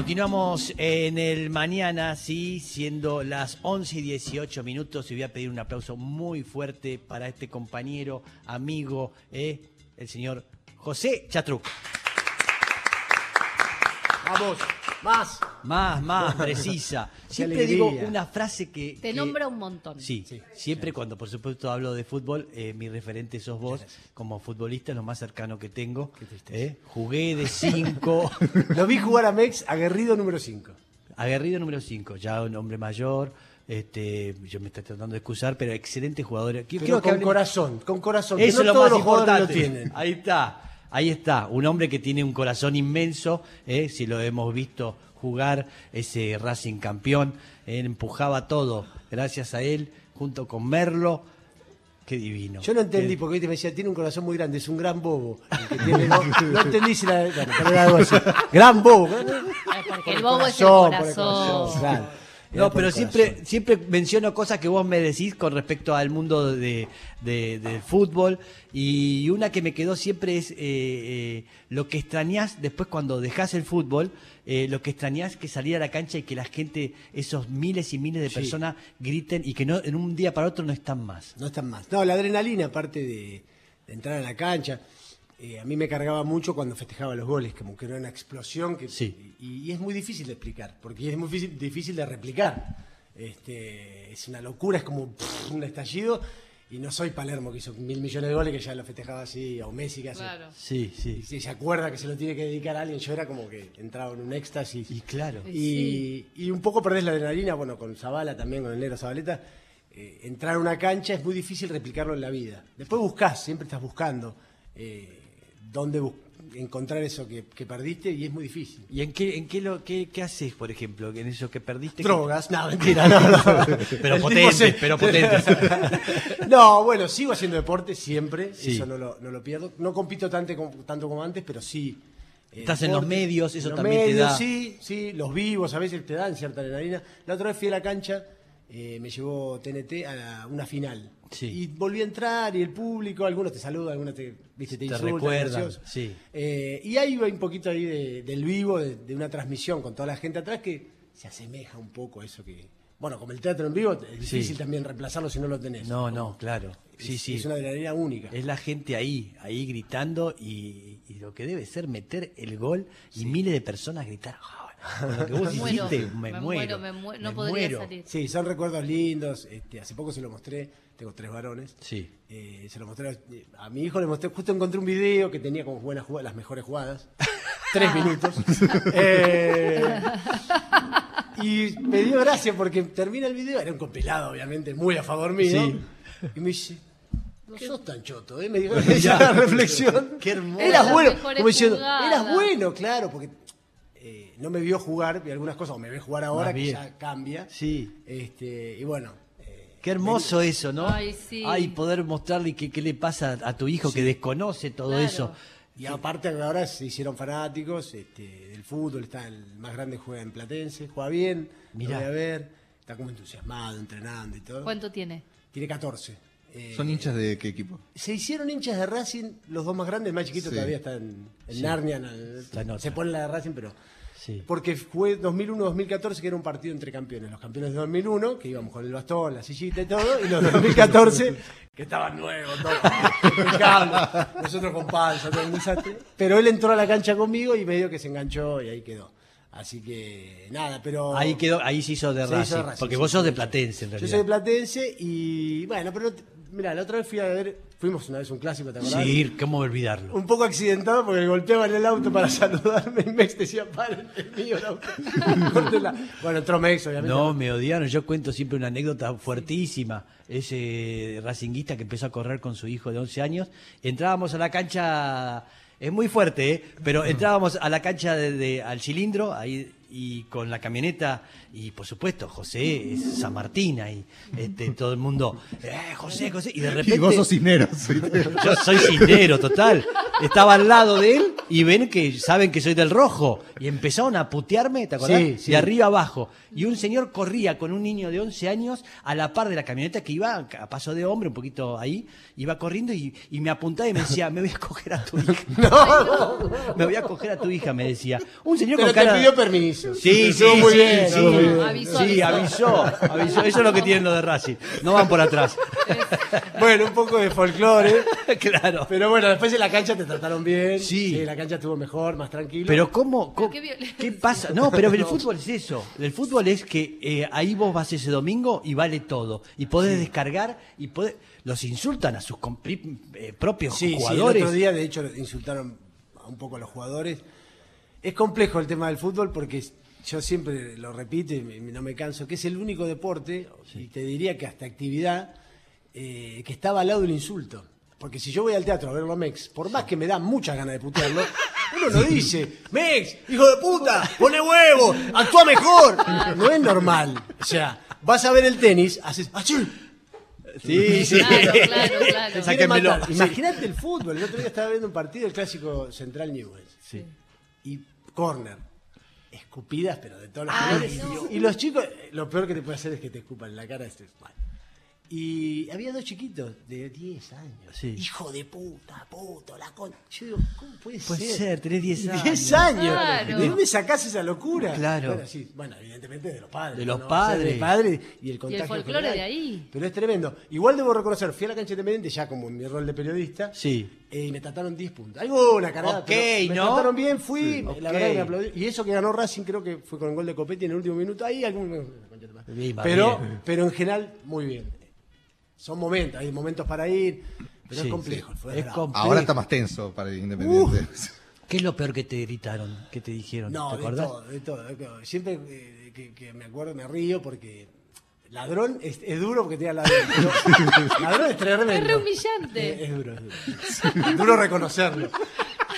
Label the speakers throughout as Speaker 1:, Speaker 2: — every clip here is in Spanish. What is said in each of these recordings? Speaker 1: Continuamos en el mañana, sí, siendo las 11 y 18 minutos. Y voy a pedir un aplauso muy fuerte para este compañero, amigo, eh, el señor José Chatruc.
Speaker 2: Vamos, más.
Speaker 1: Más, más, precisa. Siempre digo
Speaker 2: alegría.
Speaker 1: una frase que.
Speaker 3: Te
Speaker 1: que-
Speaker 3: nombra un montón.
Speaker 1: Sí,
Speaker 2: Sí,
Speaker 1: siempre cuando por supuesto hablo de fútbol, eh, mi referente sos vos, como futbolista, lo más cercano que tengo. Eh, Jugué de 5,
Speaker 2: Lo vi jugar a Mex, aguerrido número 5.
Speaker 1: aguerrido número 5, ya un hombre mayor, este, yo me estoy tratando de excusar, pero excelente jugador. Qu-
Speaker 2: Pero
Speaker 1: creo
Speaker 2: con
Speaker 1: que hable-
Speaker 2: corazón, con corazón. que
Speaker 1: Eso
Speaker 2: no
Speaker 1: es lo
Speaker 2: todos
Speaker 1: más
Speaker 2: los jugadores
Speaker 1: importante.
Speaker 2: lo tienen.
Speaker 1: Ahí está, ahí está. Un hombre que tiene un corazón inmenso, eh, si lo hemos visto jugar, ese Racing campeón, eh, empujaba todo, gracias a él, junto con Merlo. Qué divino.
Speaker 2: Yo no entendí, porque viste, me decía, tiene un corazón muy grande, es un gran bobo. el que tiene, no, no entendí si la. Bueno, pero era algo así. Gran bobo.
Speaker 3: Ah, Porque
Speaker 2: Por
Speaker 3: el bobo
Speaker 2: corazón, por
Speaker 3: es
Speaker 2: el
Speaker 3: el corazón.
Speaker 2: claro. Era
Speaker 1: No,
Speaker 2: por
Speaker 1: pero
Speaker 2: el
Speaker 1: siempre,
Speaker 2: corazón.
Speaker 1: siempre menciono cosas que vos me decís con respecto al mundo de, de- del fútbol. Y una que me quedó siempre es eh, eh, lo que extrañás después cuando dejás el fútbol, eh, lo que extrañás que salir a la cancha y que la gente, esos miles y miles de personas griten y que no en un día para otro no están más.
Speaker 2: No están más. No, la adrenalina, aparte de, de entrar a la cancha. eh, a mí me cargaba mucho cuando festejaba los goles, como que era una explosión. Que,
Speaker 1: Sí.
Speaker 2: y, y es muy difícil de explicar, porque es muy difícil, difícil de replicar. Este, es una locura, es como pff, un estallido. Y no soy Palermo, que hizo mil millones de goles, que ya lo festejaba así, o Messi que hace.
Speaker 3: Claro.
Speaker 1: Sí,
Speaker 2: Y
Speaker 1: sí.
Speaker 2: si se acuerda que se lo tiene que dedicar a alguien, yo era como que entraba en un éxtasis.
Speaker 1: Y claro.
Speaker 2: Y, y un poco perdés la adrenalina, bueno, con Zavala también, con el negro Zabaleta. eh, entrar a una cancha es muy difícil replicarlo en la vida. Después buscas, siempre estás buscando eh, dónde bus- encontrar eso que, que perdiste y es muy difícil.
Speaker 1: ¿Y en qué, en qué lo qué, qué haces, por ejemplo, en eso que perdiste?
Speaker 2: Drogas, no, mentira, no, no.
Speaker 1: Pero
Speaker 2: El tipo
Speaker 1: potentes,
Speaker 2: se-
Speaker 1: pero potentes.
Speaker 2: no, bueno, sigo haciendo deporte siempre,
Speaker 1: Sí.
Speaker 2: eso no lo, no lo pierdo. No compito tanto como, tanto como antes, pero sí. eh,
Speaker 1: Estás en los medios, eso
Speaker 2: en
Speaker 1: también te da-
Speaker 2: Sí, sí, los vivos a veces te dan cierta adrenalina. La otra vez fui a la cancha, eh, me llevó TNT a la- una final.
Speaker 1: Sí.
Speaker 2: Y volví a entrar y el público, algunos te saludan, algunos te, viste, te,
Speaker 1: Te
Speaker 2: insultan,
Speaker 1: recuerdan,
Speaker 2: gracioso.
Speaker 1: sí.
Speaker 2: Eh, y ahí va un poquito ahí de- del vivo, de, de una transmisión con toda la gente atrás que se asemeja un poco a eso que... Bueno, como el teatro en vivo, es difícil también reemplazarlo si no lo tenés.
Speaker 1: No, no, claro. Sí,
Speaker 2: Es-
Speaker 1: sí.
Speaker 2: Es una adrenalina única.
Speaker 1: Es la gente ahí, ahí gritando y, y lo que debe ser meter el gol y miles de personas gritar. "Ah, con lo que vos
Speaker 3: Me muero,
Speaker 1: hiciste, me, muero,
Speaker 3: me muero, me muero, no podría salir.
Speaker 2: Sí, son recuerdos lindos. Este, hace poco se lo mostré, tengo tres varones.
Speaker 1: Sí.
Speaker 2: Eh, se lo mostré a, a mi hijo, le mostré, justo encontré un video que tenía como buenas jugadas, las mejores jugadas. Tres minutos. Eh, y me dio gracia porque termina el video, era un compilado, obviamente, muy a favor mío. Y me dice. No sos tan choto, ¿eh? Me dijo esa reflexión.
Speaker 1: Qué hermoso.
Speaker 2: Eras
Speaker 3: Las
Speaker 2: bueno.
Speaker 3: mejores
Speaker 2: Como diciendo,
Speaker 3: jugadas.
Speaker 2: eras bueno, claro, porque eh, no me vio jugar, y algunas cosas, o me ve jugar ahora,
Speaker 1: Más
Speaker 2: que
Speaker 1: bien.
Speaker 2: ya cambia.
Speaker 1: Sí.
Speaker 2: Este, y bueno, eh,
Speaker 1: Qué hermoso eso, ¿no?
Speaker 3: Ay, sí.
Speaker 1: Ay, poder mostrarle qué, qué le pasa a tu hijo que desconoce todo
Speaker 3: Claro.
Speaker 1: eso.
Speaker 2: y aparte ahora se hicieron fanáticos este, del fútbol, está el más grande juega en Platense, juega bien, lo
Speaker 1: Mirá.
Speaker 2: voy a ver, está como entusiasmado, entrenando y todo.
Speaker 3: ¿Cuánto tiene?
Speaker 2: Tiene 14. Eh,
Speaker 4: ¿Son hinchas de qué equipo?
Speaker 2: se hicieron hinchas de Racing, los dos más grandes, el más chiquito
Speaker 4: Sí.
Speaker 2: todavía está en, en Narnia, en el-
Speaker 1: Está en otra.
Speaker 2: se pone la de Racing, pero...
Speaker 1: Sí.
Speaker 2: Porque fue 2001-2014 que era un partido entre campeones. Los campeones de 2001, que íbamos con el bastón, la sillita y todo, y los de 2014, que estaban nuevos, todo, impecable. nosotros con panza, todo un desastre. Pero él entró a la cancha conmigo y medio que se enganchó y ahí quedó. Así que nada, pero...
Speaker 1: Ahí quedó, ahí se hizo de
Speaker 2: Se
Speaker 1: Racing.
Speaker 2: hizo de Racing,
Speaker 1: porque
Speaker 2: sí,
Speaker 1: vos
Speaker 2: sí,
Speaker 1: sos de
Speaker 2: sí.
Speaker 1: Platense, en realidad.
Speaker 2: Yo soy de Platense y bueno, pero mira, la otra vez fui a ver, fuimos una vez a un clásico, ¿te acordás?
Speaker 1: Sí, ¿cómo olvidarlo?
Speaker 2: Un poco accidentado porque golpeaban el auto para saludarme y Mex decía, paren, es mío el auto. Córtela. bueno, entró Mex, obviamente.
Speaker 1: No, me odiaron. Yo cuento siempre una anécdota fuertísima. Ese racinguista que empezó a correr con su hijo de 11 años. Entrábamos a la cancha, es muy fuerte, ¿eh? pero entrábamos a la cancha de, de- al cilindro ahí y con la camioneta y por supuesto José es San Martín ahí este, todo el mundo eh, José José y de repente
Speaker 4: Y vos sos cineros.
Speaker 1: yo soy cisnero, total. Estaba al lado de él y ven que saben que soy del rojo. Y empezaron a putearme, ¿te acordás?
Speaker 2: Sí, sí.
Speaker 1: De arriba abajo. Y un señor corría con un niño de 11 años a la par de la camioneta que iba a paso de hombre, un poquito ahí. Iba corriendo y, y me apuntaba y me decía, me voy a coger a tu hija. me voy a coger a tu hija, me decía. Un señor
Speaker 2: Pero
Speaker 1: con
Speaker 2: te
Speaker 1: cara...
Speaker 2: pidió permiso. eso.
Speaker 1: Sí, sí,
Speaker 2: Estuvo muy
Speaker 1: sí,
Speaker 2: bien,
Speaker 1: sí,
Speaker 2: estuvo muy bien.
Speaker 3: Avisó,
Speaker 1: Sí,
Speaker 3: avisó.
Speaker 1: avisó, avisó. Eso es lo que tienen los de Racing. No van por atrás.
Speaker 2: Bueno, un poco de folclore.
Speaker 1: claro.
Speaker 2: Pero bueno, después en la cancha te trataron bien.
Speaker 1: Sí.
Speaker 2: la cancha estuvo mejor, más tranquilo.
Speaker 1: Pero cómo, cómo-
Speaker 3: qué violencia.
Speaker 1: qué pasa? No, pero el fútbol es eso. El fútbol es que eh, ahí vos vas ese domingo y vale todo y podés descargar y podés- los insultan a sus compri- eh, propios
Speaker 2: sí, sí, el
Speaker 1: jugadores.
Speaker 2: otro día, de hecho, insultaron a un poco a los jugadores. Es complejo el tema del fútbol porque yo siempre lo repito y me- no me canso, que es el único deporte, y te diría que hasta actividad, eh, que está avalado el insulto. Porque si yo voy al teatro a verlo a Mex, por más que me da muchas ganas de putearlo, uno no dice, Mex, hijo de puta, pone huevo, actúa mejor. No es normal. O sea, vas a ver el tenis, haces, ¡achú!
Speaker 1: Sí, sí.
Speaker 3: Claro, claro, claro.
Speaker 1: Esa- Sáquenmelo.
Speaker 2: Quiere matar.
Speaker 1: Sí.
Speaker 2: Imagínate el fútbol. El otro día estaba viendo un partido, el clásico Central Newell's.
Speaker 1: Sí.
Speaker 2: Y corner. Escupidas, pero de todos los
Speaker 3: Ay,
Speaker 2: colores.
Speaker 3: no.
Speaker 2: Y los chicos, eh, lo peor que te puede hacer es que te escupan en la cara. Este es mal. Y había dos chiquitos de 10 años.
Speaker 1: Sí.
Speaker 2: Hijo de puta, puto, la con... Yo digo, ¿cómo puede,
Speaker 1: Puede
Speaker 2: ser?
Speaker 1: ser, tenés 10 años.
Speaker 2: 10 años.
Speaker 3: Claro.
Speaker 2: ¿De dónde sacás esa locura?
Speaker 1: Claro.
Speaker 2: Bueno, sí, bueno, evidentemente de los padres.
Speaker 1: De los
Speaker 2: ¿no? O sea, de
Speaker 1: padres.
Speaker 2: padres y el contagio.
Speaker 3: folclore
Speaker 2: general.
Speaker 3: de ahí.
Speaker 2: Pero es tremendo. Igual debo reconocer, fui a la cancha independiente ya como en mi rol de periodista.
Speaker 1: Sí.
Speaker 2: eh, y me trataron 10 puntos. Alguna carada.
Speaker 1: Ok,
Speaker 2: pero Me
Speaker 1: ¿no?
Speaker 2: trataron bien, fui.
Speaker 1: Sí.
Speaker 2: La
Speaker 1: Ok.
Speaker 2: verdad que me aplaudí. Y eso que ganó Racing creo que fue con el gol de Copetti en el último minuto. Ahí algún.
Speaker 1: Bien, va
Speaker 2: Pero,
Speaker 1: bien.
Speaker 2: pero en general, muy bien. Son momentos, hay momentos para ir. Pero
Speaker 1: Sí,
Speaker 2: es complejo.
Speaker 1: sí.
Speaker 2: fue
Speaker 1: Es
Speaker 2: bravo.
Speaker 1: complejo.
Speaker 4: Ahora está más tenso para el Independiente.
Speaker 1: ¿Qué es lo peor que te gritaron? ¿Qué te dijeron?
Speaker 2: No,
Speaker 1: ¿Te
Speaker 2: de
Speaker 1: acordás?
Speaker 2: todo, de todo, de todo. Siempre eh, que, que me acuerdo me río porque ladrón es, es duro porque te da ladrón. pero ladrón es tremendo.
Speaker 3: Es re humillante.
Speaker 2: Eh, Es, duro, es duro. Es duro reconocerlo.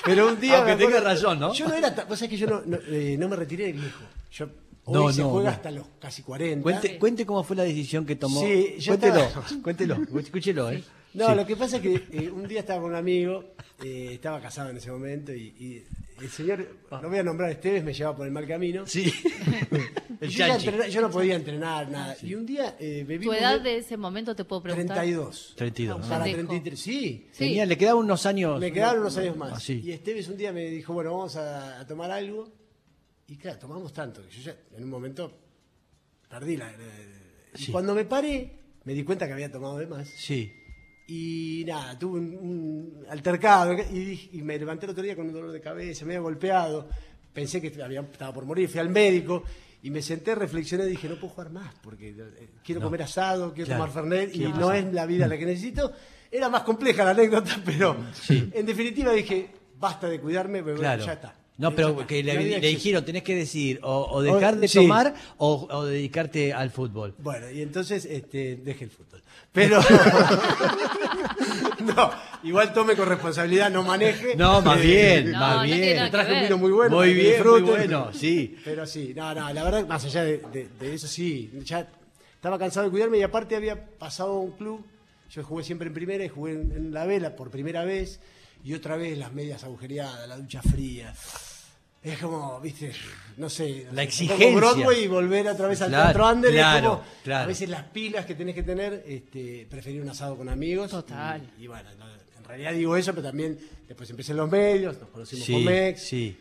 Speaker 2: Pero un día.
Speaker 1: Aunque
Speaker 2: me acuerdo-
Speaker 1: tenga razón, ¿no?
Speaker 2: Yo no era. tan- Vos sabés que yo no, no, eh, no me retiré de viejo. Yo, hoy
Speaker 1: No,
Speaker 2: se
Speaker 1: no,
Speaker 2: juega
Speaker 1: no.
Speaker 2: hasta los casi 40.
Speaker 1: Cuente, cuente cómo fue la decisión que tomó.
Speaker 2: Sí, yo
Speaker 1: cuéntelo,
Speaker 2: estaba-
Speaker 1: cuéntelo, escúchelo, ¿eh?
Speaker 2: No,
Speaker 1: Sí.
Speaker 2: lo que pasa es que eh, un día estaba con un amigo, eh, estaba casado en ese momento, y, y el señor, no voy a nombrar Esteves, me llevaba por el mal camino.
Speaker 1: Ah. Sí.
Speaker 2: Y
Speaker 1: El
Speaker 2: yo, ya
Speaker 1: chanchi.
Speaker 2: entrena- yo no podía entrenar nada. Y un día eh, bebí.
Speaker 3: Tu
Speaker 2: un-
Speaker 3: edad de ese momento te puedo preguntar.
Speaker 2: 32.
Speaker 1: 32.
Speaker 2: Para
Speaker 3: Pendejo.
Speaker 2: 33. Sí.
Speaker 3: Sí.
Speaker 1: Genial, le quedaban unos años.
Speaker 2: Me quedaron unos años más.
Speaker 1: Ah, sí.
Speaker 2: Y Esteves un día me dijo, bueno, vamos a, a tomar algo. Y claro, tomamos tanto. que Yo ya en un momento perdí la. la- la- y
Speaker 1: Sí.
Speaker 2: cuando me paré, me di cuenta que había tomado de más.
Speaker 1: Sí.
Speaker 2: Y nada, tuve un, un altercado y, dije- y me levanté el otro día con un dolor de cabeza, me había golpeado, pensé que había- estaba por morir, fui al médico y me senté, reflexioné y dije, no puedo jugar más, porque eh, quiero
Speaker 1: No.
Speaker 2: comer asado, quiero
Speaker 1: Claro.
Speaker 2: tomar Fernet y
Speaker 1: Quiero
Speaker 2: no es la vida la que necesito. Era más compleja la anécdota, pero en definitiva dije, basta de cuidarme, me voy-
Speaker 1: Claro.
Speaker 2: ya está. Eh,
Speaker 1: No,
Speaker 2: Ya
Speaker 1: pero
Speaker 2: está.
Speaker 1: que
Speaker 2: No
Speaker 1: le,
Speaker 2: había
Speaker 1: le
Speaker 2: acceso.
Speaker 1: dijeron, tenés que decidir o, o dejar de
Speaker 2: sí.
Speaker 1: tomar o, o dedicarte al fútbol.
Speaker 2: Bueno, y entonces este, deje el fútbol. Pero. no, igual tome con responsabilidad, no maneje.
Speaker 1: No, más
Speaker 2: Eh,
Speaker 1: bien,
Speaker 3: No,
Speaker 1: más
Speaker 3: no tiene
Speaker 1: bien.
Speaker 3: nada que
Speaker 2: Traje un
Speaker 3: ver.
Speaker 2: vino muy bueno.
Speaker 1: Muy
Speaker 2: que
Speaker 1: bien, muy
Speaker 2: disfruten.
Speaker 1: bueno, sí.
Speaker 2: Pero sí, no, no, la verdad, más allá de, de- de eso, sí. Ya estaba cansado de cuidarme y aparte había pasado a un club. Yo jugué siempre en primera y jugué en, en la vela por primera vez. Y otra vez las medias agujereadas, la ducha fría. Es como, viste, no sé.
Speaker 1: La
Speaker 2: Como
Speaker 1: exigencia.
Speaker 2: Broadway y volver otra vez al
Speaker 1: Claro,
Speaker 2: teatro under. es
Speaker 1: claro,
Speaker 2: como,
Speaker 1: claro.
Speaker 2: A veces las pilas que tenés que tener, este, preferir un asado con amigos.
Speaker 3: Total.
Speaker 2: Y, y bueno, no, en realidad digo eso, pero también después empecé en los medios, nos conocimos con
Speaker 1: Sí,
Speaker 2: Mex.
Speaker 1: sí.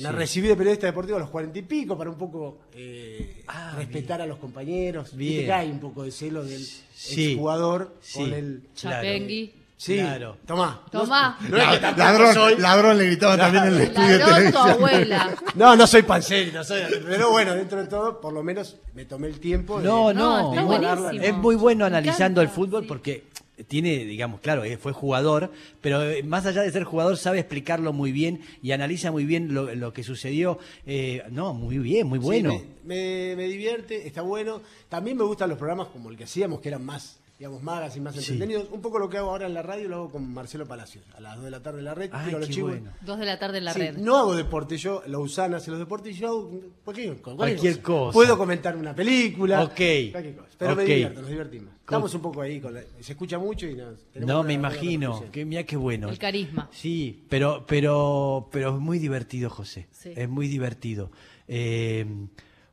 Speaker 2: La
Speaker 1: Sí.
Speaker 2: recibí de periodista deportivo a los cuarenta y pico para un poco eh,
Speaker 1: Ah,
Speaker 2: respetar a los compañeros.
Speaker 1: Bien.
Speaker 2: Viste que hay un poco de celo del
Speaker 1: Sí.
Speaker 2: jugador
Speaker 1: Sí.
Speaker 2: con el.
Speaker 1: Claro.
Speaker 3: Chapengui.
Speaker 2: Sí,
Speaker 1: Claro.
Speaker 2: tomá.
Speaker 3: Tomá.
Speaker 2: No, no es que tampoco
Speaker 4: ladrón,
Speaker 2: soy-
Speaker 4: ladrón le gritaba también en el estudio de
Speaker 3: Ladrón tu
Speaker 4: televisión.
Speaker 3: abuela.
Speaker 2: No, no soy pancero, no soy- pero bueno, dentro de todo, por lo menos me tomé el tiempo. de-
Speaker 1: No, no,
Speaker 3: No, está buenísimo.
Speaker 1: es muy bueno
Speaker 3: Me
Speaker 1: analizando el
Speaker 3: encanta,
Speaker 1: fútbol
Speaker 3: sí.
Speaker 1: porque tiene, digamos, claro, eh, fue jugador, pero eh, más allá de ser jugador sabe explicarlo muy bien y analiza muy bien lo, lo que sucedió. Eh, no, muy bien, muy
Speaker 2: Sí,
Speaker 1: bueno.
Speaker 2: me, me- me divierte, está bueno. También me gustan los programas como el que hacíamos, que eran más, digamos, magas y más
Speaker 1: Sí.
Speaker 2: entretenidos. Un poco lo que hago ahora en la radio lo hago con Marcelo Palacios. A las 2 de la tarde en la red,
Speaker 1: Ay,
Speaker 2: tiro a los
Speaker 1: qué
Speaker 2: chivos.
Speaker 1: bueno.
Speaker 3: Dos de la tarde en la
Speaker 2: Sí,
Speaker 3: red.
Speaker 2: No hago deporte, yo, Lausana hace los deportes, yo hago cualquier, co-
Speaker 1: Cualquier cosa.
Speaker 2: Puedo comentar una película.
Speaker 1: Ok.
Speaker 2: cualquier cosa. Pero
Speaker 1: Ok.
Speaker 2: me divierto, nos divertimos. Estamos un poco ahí, con la- se escucha mucho y nos, tenemos
Speaker 1: No,
Speaker 2: una-
Speaker 1: me
Speaker 2: una
Speaker 1: imagino.
Speaker 2: repercusión.
Speaker 1: Que, mira qué bueno.
Speaker 3: El carisma.
Speaker 1: Sí, pero, pero, pero es muy divertido, José.
Speaker 3: Sí.
Speaker 1: Es muy divertido. Eh,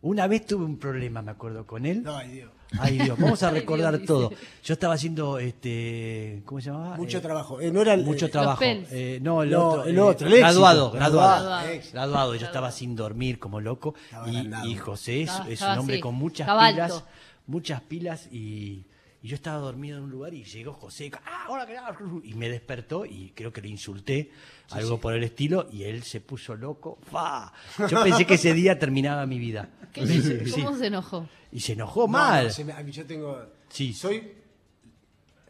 Speaker 1: Una vez tuve un problema, me acuerdo, con él.
Speaker 2: No, ay, Dios.
Speaker 1: Ay Dios, vamos a
Speaker 3: Ay, Dios,
Speaker 1: recordar
Speaker 3: dice.
Speaker 1: todo. Yo estaba haciendo, este, ¿cómo se llamaba?
Speaker 2: Mucho
Speaker 1: Eh,
Speaker 2: trabajo. Eh, no era el-
Speaker 1: Mucho
Speaker 2: eh,
Speaker 1: trabajo.
Speaker 3: pens.
Speaker 1: Eh, no, el
Speaker 2: No,
Speaker 1: otro.
Speaker 2: el
Speaker 1: eh,
Speaker 2: otro, el éxito.
Speaker 1: graduado, graduado.
Speaker 2: Graduado.
Speaker 1: Graduado. Yo estaba sin dormir como loco.
Speaker 2: Estaba
Speaker 1: Y,
Speaker 2: agrandado.
Speaker 1: y José es,
Speaker 3: Estaba-
Speaker 1: es un
Speaker 3: estaba
Speaker 1: hombre
Speaker 3: así,
Speaker 1: con muchas
Speaker 3: estaba
Speaker 1: pilas.
Speaker 3: alto.
Speaker 1: Muchas pilas y. y yo estaba dormido en un lugar y llegó José, y, "Ah, hola, ¿qué tal?" y me despertó y creo que le insulté, algo por el estilo, y él se puso loco. ¡Fa! Yo pensé que ese día terminaba mi vida.
Speaker 3: ¿Qué-
Speaker 1: Sí.
Speaker 3: ¿Cómo se enojó?
Speaker 1: Y se enojó
Speaker 2: No,
Speaker 1: mal.
Speaker 2: no, se me- a mí yo tengo.
Speaker 1: Sí.
Speaker 2: Soy.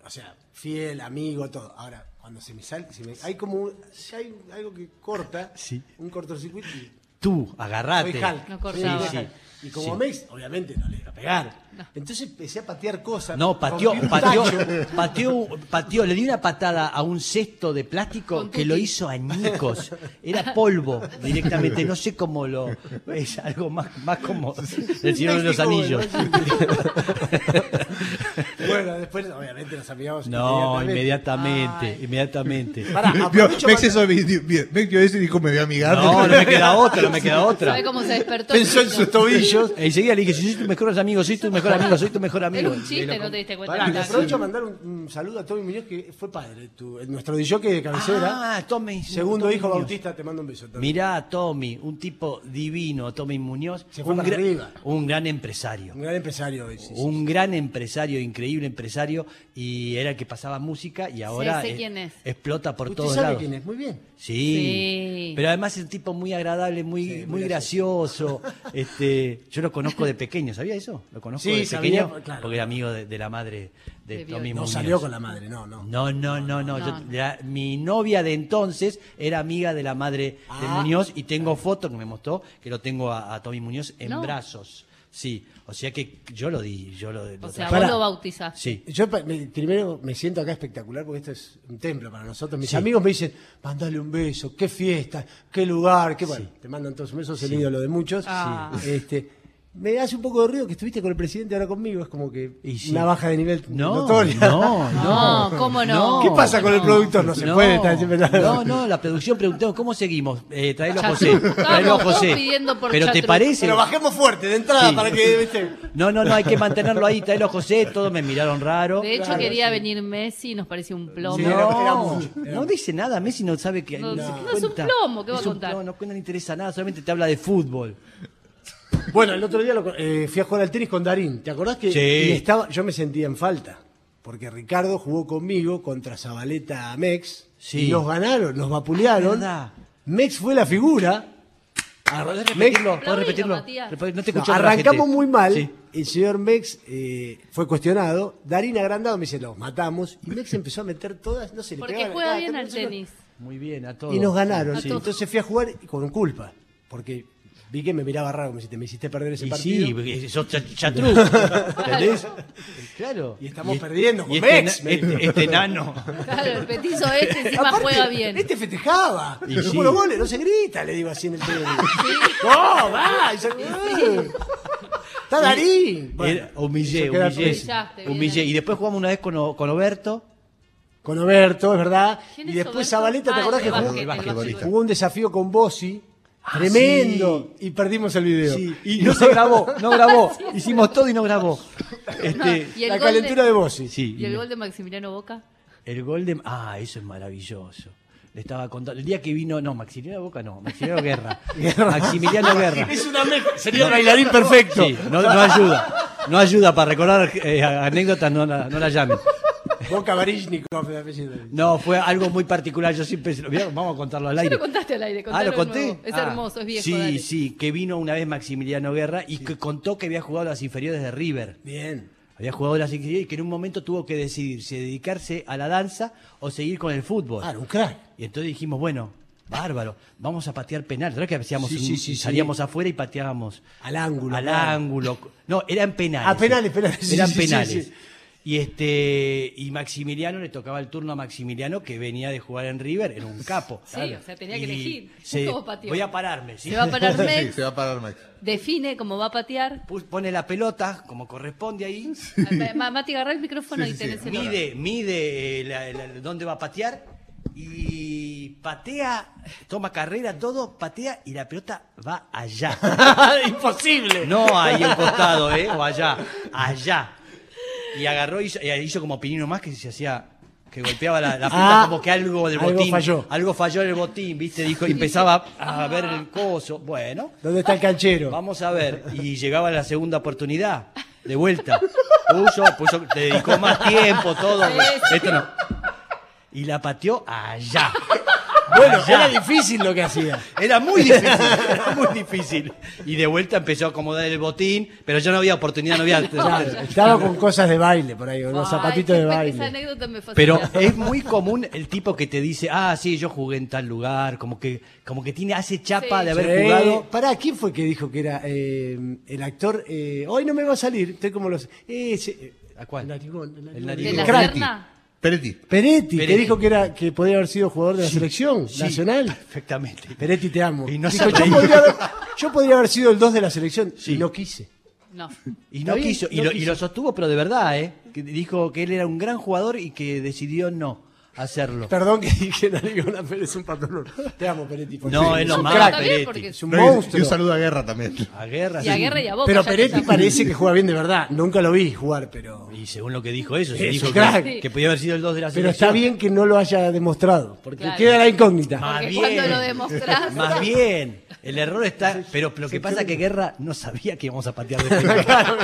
Speaker 2: O sea, fiel, amigo, todo. Ahora, cuando se me sale. se me- hay como. un- hay un- algo que corta.
Speaker 1: Sí.
Speaker 2: Un cortocircuito. y
Speaker 1: Tú, agarrate.
Speaker 2: Soy Hulk.
Speaker 3: No
Speaker 2: soy
Speaker 3: cortaba.
Speaker 2: Hulk.
Speaker 1: Sí, sí.
Speaker 2: Y como
Speaker 1: Sí.
Speaker 2: Mex, obviamente no le iba a pegar. Entonces empecé a patear cosas.
Speaker 1: No, pateó,
Speaker 2: rompí un
Speaker 1: pateó,
Speaker 2: tacho.
Speaker 1: pateó, pateó, le di una patada a un cesto de plástico
Speaker 3: Con
Speaker 1: que lo hizo añicos. Era polvo directamente, no sé cómo lo. Es algo más, más como el Señor de los Anillos.
Speaker 2: Bueno, después, obviamente, nos amigamos.
Speaker 1: No, inmediatamente, inmediatamente.
Speaker 2: Pará,
Speaker 4: Vio-
Speaker 2: aprovecho
Speaker 4: Mex
Speaker 2: para-
Speaker 4: eso vi- vi- vi- Mex vio eso y dijo, me voy a amigar.
Speaker 1: No, no me queda otra, no me queda otra.
Speaker 3: ¿Sabe cómo se despertó?
Speaker 2: Pensó en sus tobillos.
Speaker 1: Enseguida le dije, soy tu mejor amigo, soy tu mejor amigo, soy tu mejor
Speaker 3: Era
Speaker 1: amigo.
Speaker 3: un chiste, no te diste cuenta.
Speaker 2: Pará,
Speaker 3: que
Speaker 2: le
Speaker 3: estaba-
Speaker 2: aprovecho a mandar un, un saludo a Tommy Muñoz, que fue padre, tu- nuestro DJ de cabecera.
Speaker 1: Ah, Tommy.
Speaker 2: Segundo
Speaker 1: Tommy
Speaker 2: hijo
Speaker 1: Muñoz.
Speaker 2: Bautista, te mando un beso. Tommy.
Speaker 1: Mirá a Tommy, un tipo divino, Tommy Muñoz.
Speaker 2: Se fue
Speaker 1: un,
Speaker 2: para
Speaker 1: gran-
Speaker 2: arriba.
Speaker 1: un gran empresario.
Speaker 2: Un gran empresario hoy. sí, sí.
Speaker 1: un gran empresario, increíble empresario, y era el que pasaba música y ahora
Speaker 3: sé
Speaker 1: eh,
Speaker 3: quién es.
Speaker 1: explota por
Speaker 2: Usted
Speaker 1: todos
Speaker 2: sabe
Speaker 1: lados.
Speaker 2: quién es, muy bien.
Speaker 1: Sí.
Speaker 3: Sí.
Speaker 1: pero además es un tipo muy agradable, muy,
Speaker 2: Sí,
Speaker 1: muy
Speaker 2: muy
Speaker 1: gracioso. este, yo lo conozco de pequeño, ¿sabía eso? Lo conozco
Speaker 2: Sí,
Speaker 1: de
Speaker 2: sabía,
Speaker 1: pequeño
Speaker 2: claro.
Speaker 1: porque era amigo de, de la madre de,
Speaker 3: De
Speaker 1: Tommy
Speaker 2: No
Speaker 3: Viola.
Speaker 1: Muñoz.
Speaker 2: salió con la madre, no, no.
Speaker 1: No, no, no, no. yo-
Speaker 3: No, no.
Speaker 1: la- mi novia de entonces era amiga de la madre de
Speaker 2: Ah.
Speaker 1: Muñoz y tengo foto que me mostró que lo tengo a, a Tommy Muñoz en
Speaker 3: No.
Speaker 1: brazos. Sí, o sea que yo lo di, yo lo, lo
Speaker 3: O sea,
Speaker 1: traje.
Speaker 2: Pará.
Speaker 3: vos lo bautizaste.
Speaker 1: Sí.
Speaker 2: Yo pa- me- primero me siento acá espectacular porque esto es un templo para nosotros. Mis
Speaker 1: Sí.
Speaker 2: amigos me dicen, mandale un beso, qué fiesta, qué lugar, qué bueno. Te mandan todos un beso, sos el ídolo de muchos.
Speaker 3: Ah.
Speaker 2: Este, me hace un poco de ruido que estuviste con el presidente ahora conmigo, es como que
Speaker 1: Y sí.
Speaker 2: una baja de nivel
Speaker 1: No,
Speaker 2: notoria.
Speaker 1: no, no.
Speaker 3: No, ¿cómo no?
Speaker 2: ¿Qué pasa con el
Speaker 3: No.
Speaker 2: productor? No se puede estar siempre.
Speaker 1: No, no, la producción preguntó, ¿cómo seguimos? Eh, traelo a
Speaker 3: Ya
Speaker 1: José.
Speaker 3: estábamos
Speaker 1: Traelo a José.
Speaker 3: todos pidiendo por
Speaker 1: Pero te
Speaker 3: Chatru.
Speaker 1: parece.
Speaker 2: Pero bajemos fuerte de entrada
Speaker 1: Sí.
Speaker 2: para que. ¿viste?
Speaker 1: No, no, no, hay que mantenerlo ahí, traelo a José, todos me miraron raro.
Speaker 3: De hecho,
Speaker 2: Claro,
Speaker 3: quería venir Messi y nos pareció un plomo.
Speaker 2: Sí, era- era
Speaker 1: No,
Speaker 2: mucho, era
Speaker 1: no
Speaker 2: mucho.
Speaker 1: dice nada, Messi no sabe que
Speaker 3: No,
Speaker 1: se
Speaker 3: no es un
Speaker 1: cuenta.
Speaker 3: plomo, ¿qué va a
Speaker 1: Es un
Speaker 3: contar?
Speaker 1: plomo, no, no le interesa nada, solamente te habla de fútbol.
Speaker 2: Bueno, el otro día lo- eh, fui a jugar al tenis con Darín. ¿Te acordás que
Speaker 1: Sí.
Speaker 2: y estaba, yo me sentía en falta? Porque Ricardo jugó conmigo contra Zabaleta Mex.
Speaker 1: Sí.
Speaker 2: Y nos ganaron, nos vapulearon.
Speaker 1: Verdad.
Speaker 2: Mex fue la figura. Arra-
Speaker 1: ¿Podés
Speaker 2: Mex-
Speaker 1: Ah, repetirlo? ¿Podés
Speaker 3: Aplaudilo,
Speaker 1: repetirlo?
Speaker 3: Matías.
Speaker 1: Repe- No te
Speaker 2: No,
Speaker 1: escuchó la
Speaker 2: arrancamos
Speaker 1: gente.
Speaker 2: muy mal.
Speaker 1: Sí.
Speaker 2: El señor Mex eh, fue cuestionado. Darín agrandado me dice, los matamos. Y Mex empezó a meter todas, no sé, le
Speaker 3: Porque
Speaker 2: pegaba-
Speaker 3: juega
Speaker 2: ah,
Speaker 3: bien
Speaker 2: no
Speaker 3: al
Speaker 2: sé, no-
Speaker 3: tenis.
Speaker 1: Muy bien, a todos.
Speaker 2: y nos ganaron.
Speaker 3: A
Speaker 2: Sí.
Speaker 3: todos.
Speaker 2: Entonces fui a jugar con culpa. Porque vi que me miraba raro, me dijiste, me hiciste perder ese
Speaker 1: Y
Speaker 2: partido.
Speaker 1: sí, porque sos cha- chatruz. ¿Entendés? Claro.
Speaker 2: Y estamos perdiendo con
Speaker 1: y este,
Speaker 2: Mex,
Speaker 1: ena-
Speaker 2: me dijo.
Speaker 1: este- este enano.
Speaker 3: Claro, el petizo este encima
Speaker 2: Aparte,
Speaker 3: juega bien.
Speaker 2: Este festejaba.
Speaker 1: Y
Speaker 2: Y
Speaker 1: sí.
Speaker 2: los goles, no se grita, le digo así en el teléfono. ¡No, va! Y yo, "Eh, ¡Está Darín!
Speaker 1: Era- humillé,
Speaker 2: eso queda pues
Speaker 1: humillé.
Speaker 3: Humillaste, bien
Speaker 1: Humillé.
Speaker 3: ahí.
Speaker 1: Y después jugamos una vez con, O- con Oberto.
Speaker 2: Con Oberto, es verdad.
Speaker 3: ¿Quién
Speaker 2: Y
Speaker 3: es
Speaker 2: después
Speaker 3: Oberto?
Speaker 2: Zabaleta, ¿te
Speaker 3: Ah,
Speaker 2: acordás
Speaker 3: el
Speaker 2: que
Speaker 3: del
Speaker 2: jugó,
Speaker 3: básquet, el
Speaker 4: Basquetbolista.
Speaker 2: jugó un desafío con Bossi? Tremendo. Y perdimos el video.
Speaker 1: Ah, Sí, Y no se grabó, no grabó. Hicimos todo y no grabó. Este,
Speaker 3: Y el
Speaker 2: Eh, la
Speaker 3: gol de-
Speaker 2: calentura de, Bossi.
Speaker 1: sí,
Speaker 3: Y el gol de Maximiliano Boca.
Speaker 1: El gol de. Ah, eso es maravilloso. Le estaba contando. El día que vino. No, Maximiliano Boca no. Maximiliano Guerra. Maximiliano Guerra.
Speaker 2: Es una mezcla. Sería el bailarín perfecto.
Speaker 1: Sí, no, no ayuda. No ayuda para recordar eh, anécdotas, no la, no la llamen.
Speaker 2: Boca Baryshnikov, el apellido.
Speaker 1: No, fue algo muy particular. Yo siempre. se lo- mirá, Vamos a contarlo al
Speaker 3: Ya
Speaker 1: aire.
Speaker 3: lo contaste al aire,
Speaker 1: Ah,
Speaker 3: contalo
Speaker 1: lo
Speaker 3: de
Speaker 1: conté.
Speaker 3: nuevo. Es
Speaker 1: Ah.
Speaker 3: hermoso, es viejo.
Speaker 1: Sí,
Speaker 3: dale.
Speaker 1: sí, que vino una vez Maximiliano Guerra y que contó que había jugado las inferiores de River.
Speaker 2: Bien.
Speaker 1: Había jugado las inferiores y que en un momento tuvo que decidir si dedicarse a la danza o seguir con el fútbol.
Speaker 2: Ah, era un crack.
Speaker 1: Y entonces dijimos, bueno, bárbaro, vamos a patear penal. ¿Verdad que hacíamos
Speaker 2: Sí,
Speaker 1: un-
Speaker 2: sí, sí,
Speaker 1: salíamos
Speaker 2: sí.
Speaker 1: afuera y pateábamos?
Speaker 2: Al ángulo,
Speaker 1: Al
Speaker 2: claro.
Speaker 1: ángulo. No, eran penales.
Speaker 2: Ah, penales, penales. Sí,
Speaker 1: Eran
Speaker 2: sí, sí,
Speaker 1: penales.
Speaker 2: sí.
Speaker 1: Y este y Maximiliano le tocaba el turno a Maximiliano que venía de jugar en River, era un capo.
Speaker 3: Sí, o sea, tenía que
Speaker 1: Y
Speaker 3: elegir.
Speaker 1: se-
Speaker 3: ¿Cómo pateó?
Speaker 1: voy a pararme, ¿sí?
Speaker 3: Se va a parar
Speaker 4: Sí,
Speaker 3: Mex,
Speaker 4: se va a parar Max.
Speaker 3: define cómo va a patear.
Speaker 1: Pu- Pone la pelota como corresponde ahí.
Speaker 3: Ma- Mati, agarrá el micrófono
Speaker 4: Sí,
Speaker 3: y
Speaker 4: sí,
Speaker 3: tenés
Speaker 4: sí.
Speaker 3: el
Speaker 1: mide, mide eh, la- la- dónde va a patear y patea, toma carrera, todo, patea y la pelota va allá.
Speaker 2: Imposible.
Speaker 1: No ahí al costado, ¿eh? O allá. Allá. Y agarró y hizo, y hizo como Pinino más que se hacía. Que golpeaba la, la pelota
Speaker 2: Ah,
Speaker 1: como que algo del
Speaker 2: algo
Speaker 1: botín.
Speaker 2: falló.
Speaker 1: Algo falló en el botín, ¿viste? Dijo, y empezaba a ver el coso. Bueno,
Speaker 2: ¿Dónde está el canchero?
Speaker 1: vamos a ver. Y llegaba la segunda oportunidad. De vuelta. Puso, puso, le dedicó más tiempo, todo.
Speaker 3: Sí, sí.
Speaker 1: Esto no. Y la pateó allá.
Speaker 2: Bueno,
Speaker 1: Allá.
Speaker 2: era difícil lo que hacía.
Speaker 1: Era muy difícil, era muy difícil. Y de vuelta empezó a acomodar el botín, pero ya no había oportunidad, no había.
Speaker 2: Claro, estaba con cosas de baile por ahí, con unos
Speaker 3: Ay,
Speaker 2: zapatitos
Speaker 3: qué
Speaker 2: de
Speaker 3: pe- Esa
Speaker 2: baile.
Speaker 3: anécdota me fascina.
Speaker 1: Pero es muy común el tipo que te dice, ah, sí, yo jugué en tal lugar, como que, como que tiene, hace chapa
Speaker 3: Sí.
Speaker 1: de haber
Speaker 2: Sí.
Speaker 1: jugado.
Speaker 2: Pará, ¿quién fue que dijo que era eh, el actor? eh, hoy no me va a salir, estoy como los. ese, eh,
Speaker 1: ¿A cuál?
Speaker 2: El narigón. el
Speaker 1: El
Speaker 2: narigón.
Speaker 1: narigón.
Speaker 3: ¿De la
Speaker 2: Cracti.
Speaker 3: pierna?
Speaker 4: Peretti.
Speaker 2: Peretti, que
Speaker 1: Peretti.
Speaker 2: dijo que era que podía haber sido jugador de la selección
Speaker 1: Sí,
Speaker 2: nacional.
Speaker 1: Perfectamente.
Speaker 2: Peretti, te amo.
Speaker 1: Y no
Speaker 2: Dijo,
Speaker 1: se
Speaker 2: yo,
Speaker 1: reía".
Speaker 2: podría haber, yo podría haber sido el 2 de la selección
Speaker 1: Sí.
Speaker 2: y no quise.
Speaker 3: No.
Speaker 1: Y
Speaker 2: Está
Speaker 1: no,
Speaker 2: bien,
Speaker 1: quiso, y,
Speaker 2: no
Speaker 1: lo, y
Speaker 2: quiso.
Speaker 1: lo sostuvo, pero de verdad, ¿eh? Que dijo que él era un gran jugador y que decidió no hacerlo.
Speaker 2: Perdón que dije narigón, pero es un patrón. Te amo, Peretti. por
Speaker 1: No,
Speaker 2: fin.
Speaker 1: es lo
Speaker 2: un
Speaker 1: más,
Speaker 2: crack,
Speaker 3: Está bien,
Speaker 1: Peretti.
Speaker 3: porque-
Speaker 2: Es un
Speaker 4: No, y-
Speaker 2: monstruo.
Speaker 4: Y un saludo a Guerra también.
Speaker 1: A guerra,
Speaker 3: Y a
Speaker 1: sí.
Speaker 3: Guerra y a Boca.
Speaker 2: Pero
Speaker 3: ya que
Speaker 2: Peretti
Speaker 3: estamos.
Speaker 2: parece que juega bien de verdad. Nunca lo vi jugar, pero.
Speaker 1: Y según lo que dijo eso, se
Speaker 2: Es
Speaker 1: dijo
Speaker 2: un
Speaker 1: que,
Speaker 2: crack.
Speaker 1: que podía haber sido el 2 de la
Speaker 2: Pero está
Speaker 1: selección.
Speaker 2: bien que no lo haya demostrado, porque
Speaker 3: Claro.
Speaker 2: queda la incógnita.
Speaker 1: Más
Speaker 3: Porque
Speaker 1: bien.
Speaker 3: cuando lo demostrás.
Speaker 1: Más bien. El error está. Pero lo que pasa es que Guerra no sabía que íbamos a patear de penal.
Speaker 2: Claro,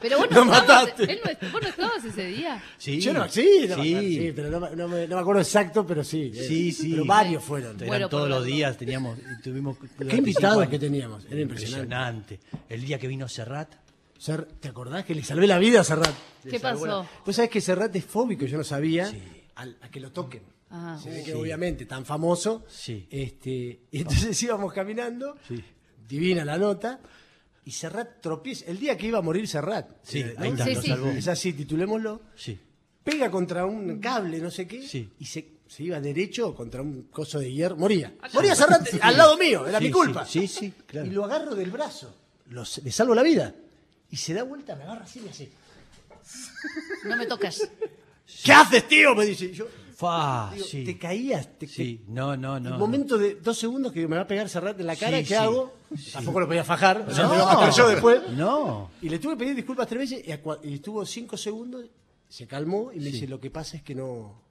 Speaker 3: Pero vos no,
Speaker 2: Lo
Speaker 3: estabas-
Speaker 2: mataste.
Speaker 3: él no est- vos no estabas ese día.
Speaker 1: Sí.
Speaker 2: Yo no, sí, no,
Speaker 1: sí.
Speaker 2: sí, pero no, me- no me, no me acuerdo exacto, pero sí. eh,
Speaker 1: Sí, sí.
Speaker 2: Pero varios fueron.
Speaker 1: Eran
Speaker 3: Bueno, por
Speaker 1: todos
Speaker 3: lo
Speaker 1: los
Speaker 3: menos.
Speaker 1: días, teníamos, tuvimos.
Speaker 2: Qué invitados que teníamos. Era impresionante.
Speaker 1: Impresionante. El día que vino Serrat.
Speaker 2: Ser- ¿Te acordás que le salvé la vida a Serrat?
Speaker 3: ¿Qué pasó?
Speaker 2: Vos sabés que Serrat es fóbico, yo no sabía, al- a que lo toquen.
Speaker 3: Ah.
Speaker 2: Se ve que obviamente tan famoso.
Speaker 1: Sí.
Speaker 2: Este, y entonces íbamos caminando, divina la nota, y Serrat tropieza. El día que iba a morir Serrat.
Speaker 1: Sí,
Speaker 2: eh,
Speaker 1: ahí está,
Speaker 3: Sí, lo sí. salvó.
Speaker 2: Es así, titulémoslo.
Speaker 1: Sí.
Speaker 2: Pega contra un cable, no sé qué,
Speaker 1: Sí.
Speaker 2: y se, se iba derecho contra un coso de hierro. Moría. Moría Serrat al lado mío, era
Speaker 1: Sí,
Speaker 2: mi culpa.
Speaker 1: Sí, sí, sí, claro.
Speaker 2: Y lo agarro del brazo, lo- le salvo la vida. Y se da vuelta, me agarra así y así.
Speaker 3: No me tocas.
Speaker 2: ¿Qué haces, tío? Me dice. Yo,
Speaker 1: Fa,
Speaker 2: digo,
Speaker 1: sí.
Speaker 2: Te caías. Te,
Speaker 1: Sí, no, no,
Speaker 2: te-
Speaker 1: no.
Speaker 2: el momento de dos segundos que me va a pegar Serrat en la cara,
Speaker 1: Sí,
Speaker 2: ¿qué
Speaker 1: sí.
Speaker 2: hago? Tampoco lo podía fajar. o sea,
Speaker 1: No.
Speaker 2: me lo fajar yo después.
Speaker 1: No.
Speaker 2: Y le tuve que pedir disculpas tres veces y, a cua- y estuvo cinco segundos, se calmó y me dice, lo que pasa es que no...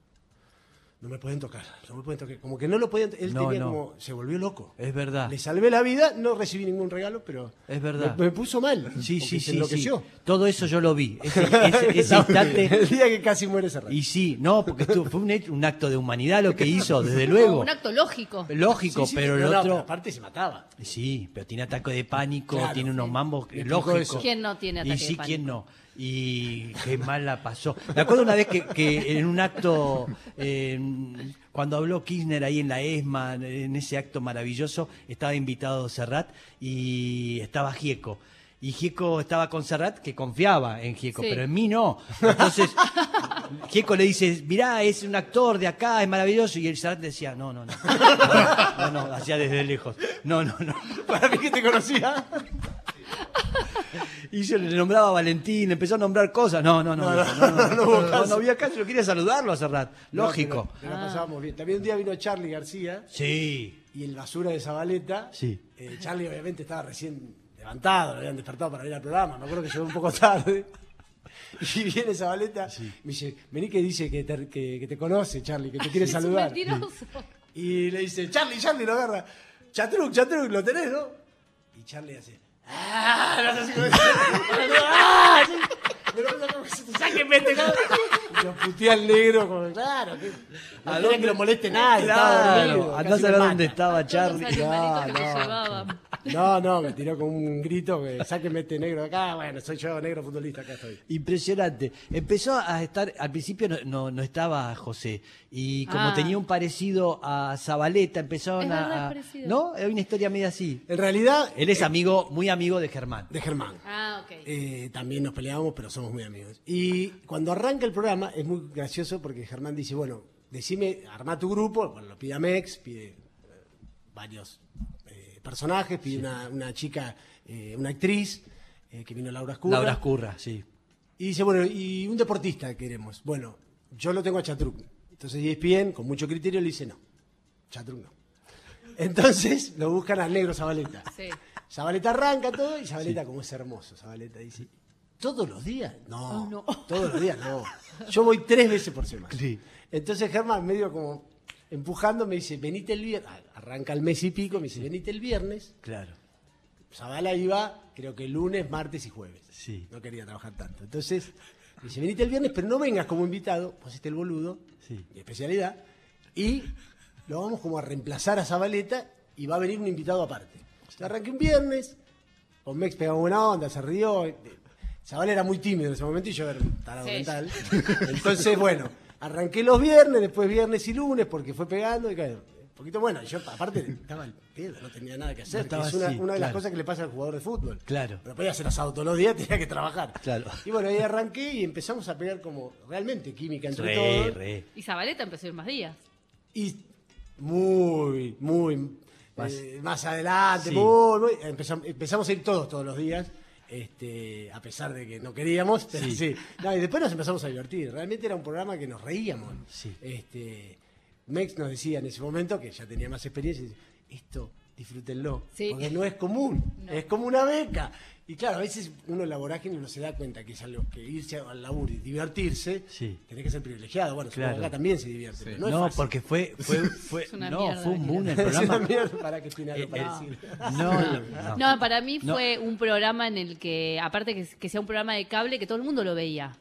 Speaker 2: No me pueden tocar, no me pueden tocar. Como que no lo podían... Él
Speaker 1: No,
Speaker 2: tenía
Speaker 1: no.
Speaker 2: como... Se volvió loco.
Speaker 1: Es verdad.
Speaker 2: Le salvé la vida, no recibí ningún regalo, pero...
Speaker 1: Es verdad.
Speaker 2: Me, me puso mal.
Speaker 1: Sí, sí,
Speaker 2: porque se
Speaker 1: sí, sí.
Speaker 2: enloqueció.
Speaker 1: Todo eso yo lo vi. Ese, ese- ese instante.
Speaker 2: El día que casi muere Serrat.
Speaker 1: Y sí, no, porque estuvo- fue un, hecho- un acto de humanidad lo que hizo, desde luego.
Speaker 3: Un acto lógico.
Speaker 1: Lógico,
Speaker 2: Sí, sí,
Speaker 1: pero
Speaker 2: no,
Speaker 1: el
Speaker 2: no,
Speaker 1: otro.
Speaker 2: aparte se mataba.
Speaker 1: Sí, pero tiene ataque de pánico,
Speaker 2: Claro.
Speaker 1: tiene unos mambos
Speaker 2: Me explicó
Speaker 1: lógicos.
Speaker 2: eso.
Speaker 3: ¿Quién no tiene
Speaker 1: Y
Speaker 3: ataque de
Speaker 1: sí,
Speaker 3: pánico?
Speaker 1: ¿quién no? Y qué mal la pasó. Me acuerdo una vez que, que en un acto, eh, cuando habló Kirchner ahí en la ESMA, en ese acto maravilloso, estaba invitado Serrat y estaba Gieco. Y Gieco estaba con Serrat, que confiaba en Gieco,
Speaker 3: Sí.
Speaker 1: pero en mí no. Entonces, Gieco le dice, mirá, es un actor de acá, es maravilloso. Y el Serrat decía, no, no, no. No, no, hacía desde lejos. No, no, no.
Speaker 2: Para mí que te conocía.
Speaker 1: Y yo le nombraba a Valentín, empezó a nombrar cosas. No, no, no. No, no, no, no, no, no había caso, yo quería saludarlo a Serrat. Lógico.
Speaker 2: No, pero- pero
Speaker 3: Ah.
Speaker 2: la pasábamos bien. También un día vino Charlie García
Speaker 1: Sí.
Speaker 2: y el basura de Zabaleta.
Speaker 1: Sí.
Speaker 2: Eh, Charlie obviamente estaba recién levantado, lo habían despertado para ir al programa. Me acuerdo que llegó un poco tarde. Y viene Zabaleta, me dice, vení que dice que te, que- que te conoce, Charlie, que te quiere
Speaker 3: Ah, Es un
Speaker 2: saludar.
Speaker 3: mentiroso.
Speaker 2: Y le dice, Charlie, Charlie, lo agarra. Chatruc, Chatruc, lo tenés, ¿no? Y Charlie hace. ¡Ah! No sé si lo ¡Ah! sí. Pero no, como que se te saque, vete, ¿no? Y Lo putea al negro, como, claro. Que, no
Speaker 1: ¿A
Speaker 2: quería
Speaker 1: dónde?
Speaker 2: que lo moleste nadie. estaba dormido,
Speaker 1: Claro, andá a
Speaker 2: casi me
Speaker 1: saber
Speaker 2: mata.
Speaker 1: dónde estaba
Speaker 3: Todos los
Speaker 1: Charlie.
Speaker 3: animalitos que
Speaker 2: No,
Speaker 3: te
Speaker 2: no.
Speaker 3: llevaban.
Speaker 2: No, no, me tiró con un grito que sáquenme este negro de acá. Bueno, soy yo, negro futbolista, acá estoy.
Speaker 1: Impresionante. Empezó a estar, al principio no, no, no estaba José. Y como
Speaker 3: Ah.
Speaker 1: tenía un parecido a Zabaleta, empezaron
Speaker 3: Es
Speaker 1: a.
Speaker 3: verdad,
Speaker 1: a-
Speaker 3: parecido.
Speaker 1: ¿No? Es una historia medio así.
Speaker 2: En realidad,
Speaker 1: Él es amigo, muy amigo de Germán.
Speaker 2: de Germán.
Speaker 3: Ah, ok.
Speaker 2: Eh, también nos peleábamos, pero somos muy amigos. Y cuando arranca el programa es muy gracioso porque Germán dice, bueno, decime, arma tu grupo, bueno, lo pide a Mex, pide eh, varios eh, personajes, pide una, una chica, eh, una actriz, eh, que vino Laura Escurra.
Speaker 1: Laura Escurra, sí.
Speaker 2: Y dice, bueno, y un deportista queremos. Bueno, yo lo tengo a Chatruc. Entonces E ESPN, con mucho criterio, le dice no. Chatrun no. Entonces lo buscan al negro Zabaleta.
Speaker 3: Sí.
Speaker 2: Zabaleta arranca todo y Zabaleta, como es hermoso, Zabaleta dice, ¿todos los días? No,
Speaker 3: Oh, no.
Speaker 2: todos los días no. Yo voy tres veces por semana.
Speaker 4: Sí.
Speaker 2: Entonces Germán, medio como empujando, me dice, venite el viernes. Arranca el mes y pico, me dice, venite el viernes.
Speaker 1: Claro.
Speaker 2: Zabala iba, creo que lunes, martes y jueves.
Speaker 1: Sí.
Speaker 2: No quería trabajar tanto. Entonces, me dice, venite el viernes, pero no vengas como invitado, vos estés el boludo,
Speaker 1: Sí.
Speaker 2: mi especialidad, y lo vamos como a reemplazar a Zabaleta y va a venir un invitado aparte. Entonces, arranqué un viernes, con Mex pegaba buena onda, se rió. eh, Zabala era muy tímido en ese momento y yo era un tarado
Speaker 3: Sí.
Speaker 2: mental. Entonces, bueno, arranqué los viernes, después viernes y lunes, porque fue pegando y claro, un poquito bueno, yo aparte estaba al pedo, no tenía nada que hacer. que
Speaker 1: estaba
Speaker 2: es una,
Speaker 1: así,
Speaker 2: una de las
Speaker 1: claro.
Speaker 2: cosas que le pasa al jugador de fútbol.
Speaker 1: Claro.
Speaker 2: Pero podía hacer asado todos los días, tenía que trabajar.
Speaker 1: Claro.
Speaker 2: Y bueno, ahí arranqué y empezamos a pegar como realmente química entre
Speaker 1: Re,
Speaker 2: todos.
Speaker 1: re.
Speaker 3: Y Zabaleta empezó a ir más días.
Speaker 2: Y muy, muy más, más adelante,
Speaker 1: Sí.
Speaker 2: muy, muy- empezam- empezamos a ir todos todos los días. Este, a pesar de que no queríamos, pero sí.
Speaker 1: Sí.
Speaker 2: No, y después nos empezamos a divertir. Realmente era un programa que nos reíamos.
Speaker 1: Sí.
Speaker 2: Este, Mex nos decía en ese momento, que ya tenía más experiencia, dice, esto disfrútenlo,
Speaker 3: Sí.
Speaker 2: porque no es común,
Speaker 3: No.
Speaker 2: es como una beca. Y claro, a veces uno en la vorágine no se da cuenta que es algo que irse al laburo y divertirse,
Speaker 1: Sí.
Speaker 2: tenés que ser privilegiado. Bueno, supongo que
Speaker 1: Claro.
Speaker 2: acá también se divierte. pero
Speaker 1: No,
Speaker 2: es fácil.
Speaker 1: porque fue. fue, fue
Speaker 3: Es una
Speaker 1: no,
Speaker 3: mierda,
Speaker 1: fue un boom el
Speaker 2: Es una
Speaker 1: programa.
Speaker 2: mierda para Cristina,
Speaker 1: Eh,
Speaker 2: lo para
Speaker 1: eh,
Speaker 2: decir.
Speaker 1: no, no,
Speaker 3: No, para mí
Speaker 1: No.
Speaker 3: fue un programa en el que, aparte que, que sea un programa de cable, que todo el mundo lo veía.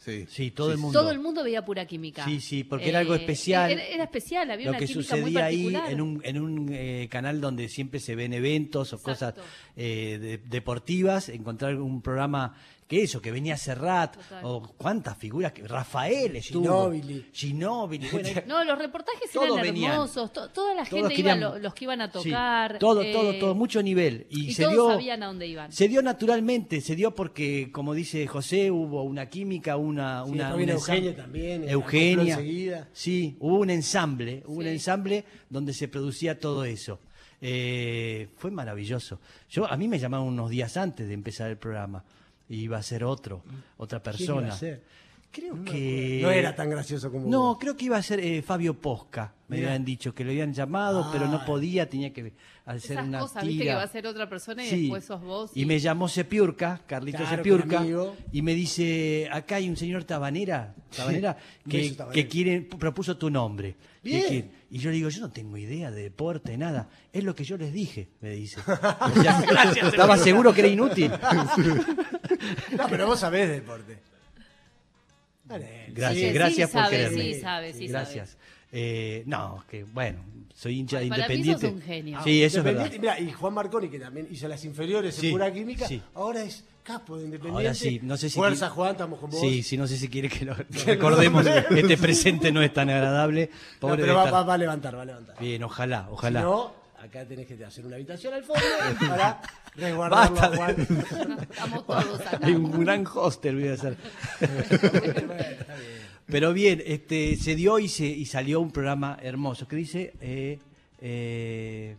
Speaker 4: Sí.
Speaker 1: Sí, todo el mundo.
Speaker 3: Todo el mundo veía pura química.
Speaker 1: Sí,
Speaker 3: Eh,
Speaker 1: sí, porque era algo especial.
Speaker 3: Era, era especial, había
Speaker 1: lo
Speaker 3: una
Speaker 1: que
Speaker 3: química muy
Speaker 1: sucedía ahí
Speaker 3: particular.
Speaker 1: en un, en un eh, canal donde siempre se ven eventos o
Speaker 3: Exacto.
Speaker 1: cosas eh, de- deportivas, encontrar un programa que eso, que venía Serrat,
Speaker 3: Total.
Speaker 1: o cuántas figuras, que Rafael estuvo,
Speaker 2: Ginóbili.
Speaker 1: Ginóbili, bueno,
Speaker 3: No, los reportajes
Speaker 1: Todos
Speaker 3: eran
Speaker 1: venían.
Speaker 3: hermosos. to- toda la
Speaker 1: todos
Speaker 3: gente
Speaker 1: querían-
Speaker 3: iba, a lo- los que iban a
Speaker 1: Sí,
Speaker 3: tocar.
Speaker 1: todo,
Speaker 3: eh,
Speaker 1: todo, todo, mucho nivel. Y,
Speaker 3: Y,
Speaker 1: se
Speaker 3: todos
Speaker 1: dio,
Speaker 3: sabían a dónde iban.
Speaker 1: Se dio naturalmente, se dio porque, como dice José, hubo una química, una...
Speaker 2: Sí,
Speaker 1: una,
Speaker 2: después vino
Speaker 1: un ensam-
Speaker 2: Eugenia también, eh, acopló
Speaker 1: Eugenia.
Speaker 2: enseguida.
Speaker 1: Sí, hubo un ensamble, hubo un
Speaker 3: Sí.
Speaker 1: ensamble donde se producía todo eso. Eh, fue maravilloso. Yo A mí me llamaron unos días antes de empezar el programa. Iba a ser otro, otra
Speaker 2: ¿Quién iba a
Speaker 1: persona.
Speaker 2: ser?
Speaker 1: Creo que...
Speaker 2: No era tan gracioso como
Speaker 1: No,
Speaker 2: vos.
Speaker 1: creo que iba a ser eh, Fabio Posca. Me
Speaker 2: Mirá.
Speaker 1: habían dicho que lo habían llamado,
Speaker 2: Ah.
Speaker 1: pero no podía, tenía que hacer
Speaker 3: Esas
Speaker 1: una
Speaker 3: cosas,
Speaker 1: tira.
Speaker 3: viste que va a ser otra persona y
Speaker 1: Sí.
Speaker 3: después sos vos.
Speaker 1: Y me llamó Sepiurca, Carlito
Speaker 2: Claro, que
Speaker 1: Sepiurca,
Speaker 2: amigo.
Speaker 1: y me dice, acá hay un señor Tabanera, Tabanera
Speaker 2: Sí,
Speaker 1: que,
Speaker 2: beso, Tabanera.
Speaker 1: que quiere, propuso tu nombre. Que
Speaker 2: Bien.
Speaker 1: quiere- Y yo le digo, yo no tengo idea de deporte, nada. Es lo que yo les dije, me dice. O sea, estaba seguro que era inútil.
Speaker 2: No, pero vos sabés de deporte. Dale.
Speaker 1: Gracias,
Speaker 3: Sí, sí
Speaker 1: gracias por
Speaker 3: sabe,
Speaker 1: quererme.
Speaker 3: sí sabe, sí
Speaker 1: gracias. Eh, no, que bueno, soy hincha
Speaker 3: Ay, para mí
Speaker 1: independiente.
Speaker 3: sos un genio.
Speaker 1: Sí, eso es verdad.
Speaker 2: Independiente, mirá, y Juan Marconi, que también hizo las inferiores
Speaker 1: Sí,
Speaker 2: en pura química,
Speaker 1: sí.
Speaker 2: ahora es capo de Independiente.
Speaker 1: Ahora sí, no sé si
Speaker 2: Fuerza,
Speaker 1: qui-
Speaker 2: Juan, estamos con vos.
Speaker 1: Sí, sí, no sé si quiere que lo que recordemos. este presente no es tan agradable.
Speaker 2: No,
Speaker 1: Pobre
Speaker 2: pero
Speaker 1: de
Speaker 2: va,
Speaker 1: estar-
Speaker 2: va- va a levantar, va a levantar.
Speaker 1: Bien, ojalá, ojalá.
Speaker 2: Si no, acá tenés que hacer una habitación al fondo para resguardarlo
Speaker 1: Basta
Speaker 2: a Juan.
Speaker 1: de-
Speaker 3: Estamos todos acá.
Speaker 1: Hay un gran hostel voy a hacer.
Speaker 2: Bueno, está bien.
Speaker 1: Pero bien, este, se dio y, se, y salió un programa hermoso que dice eh, eh,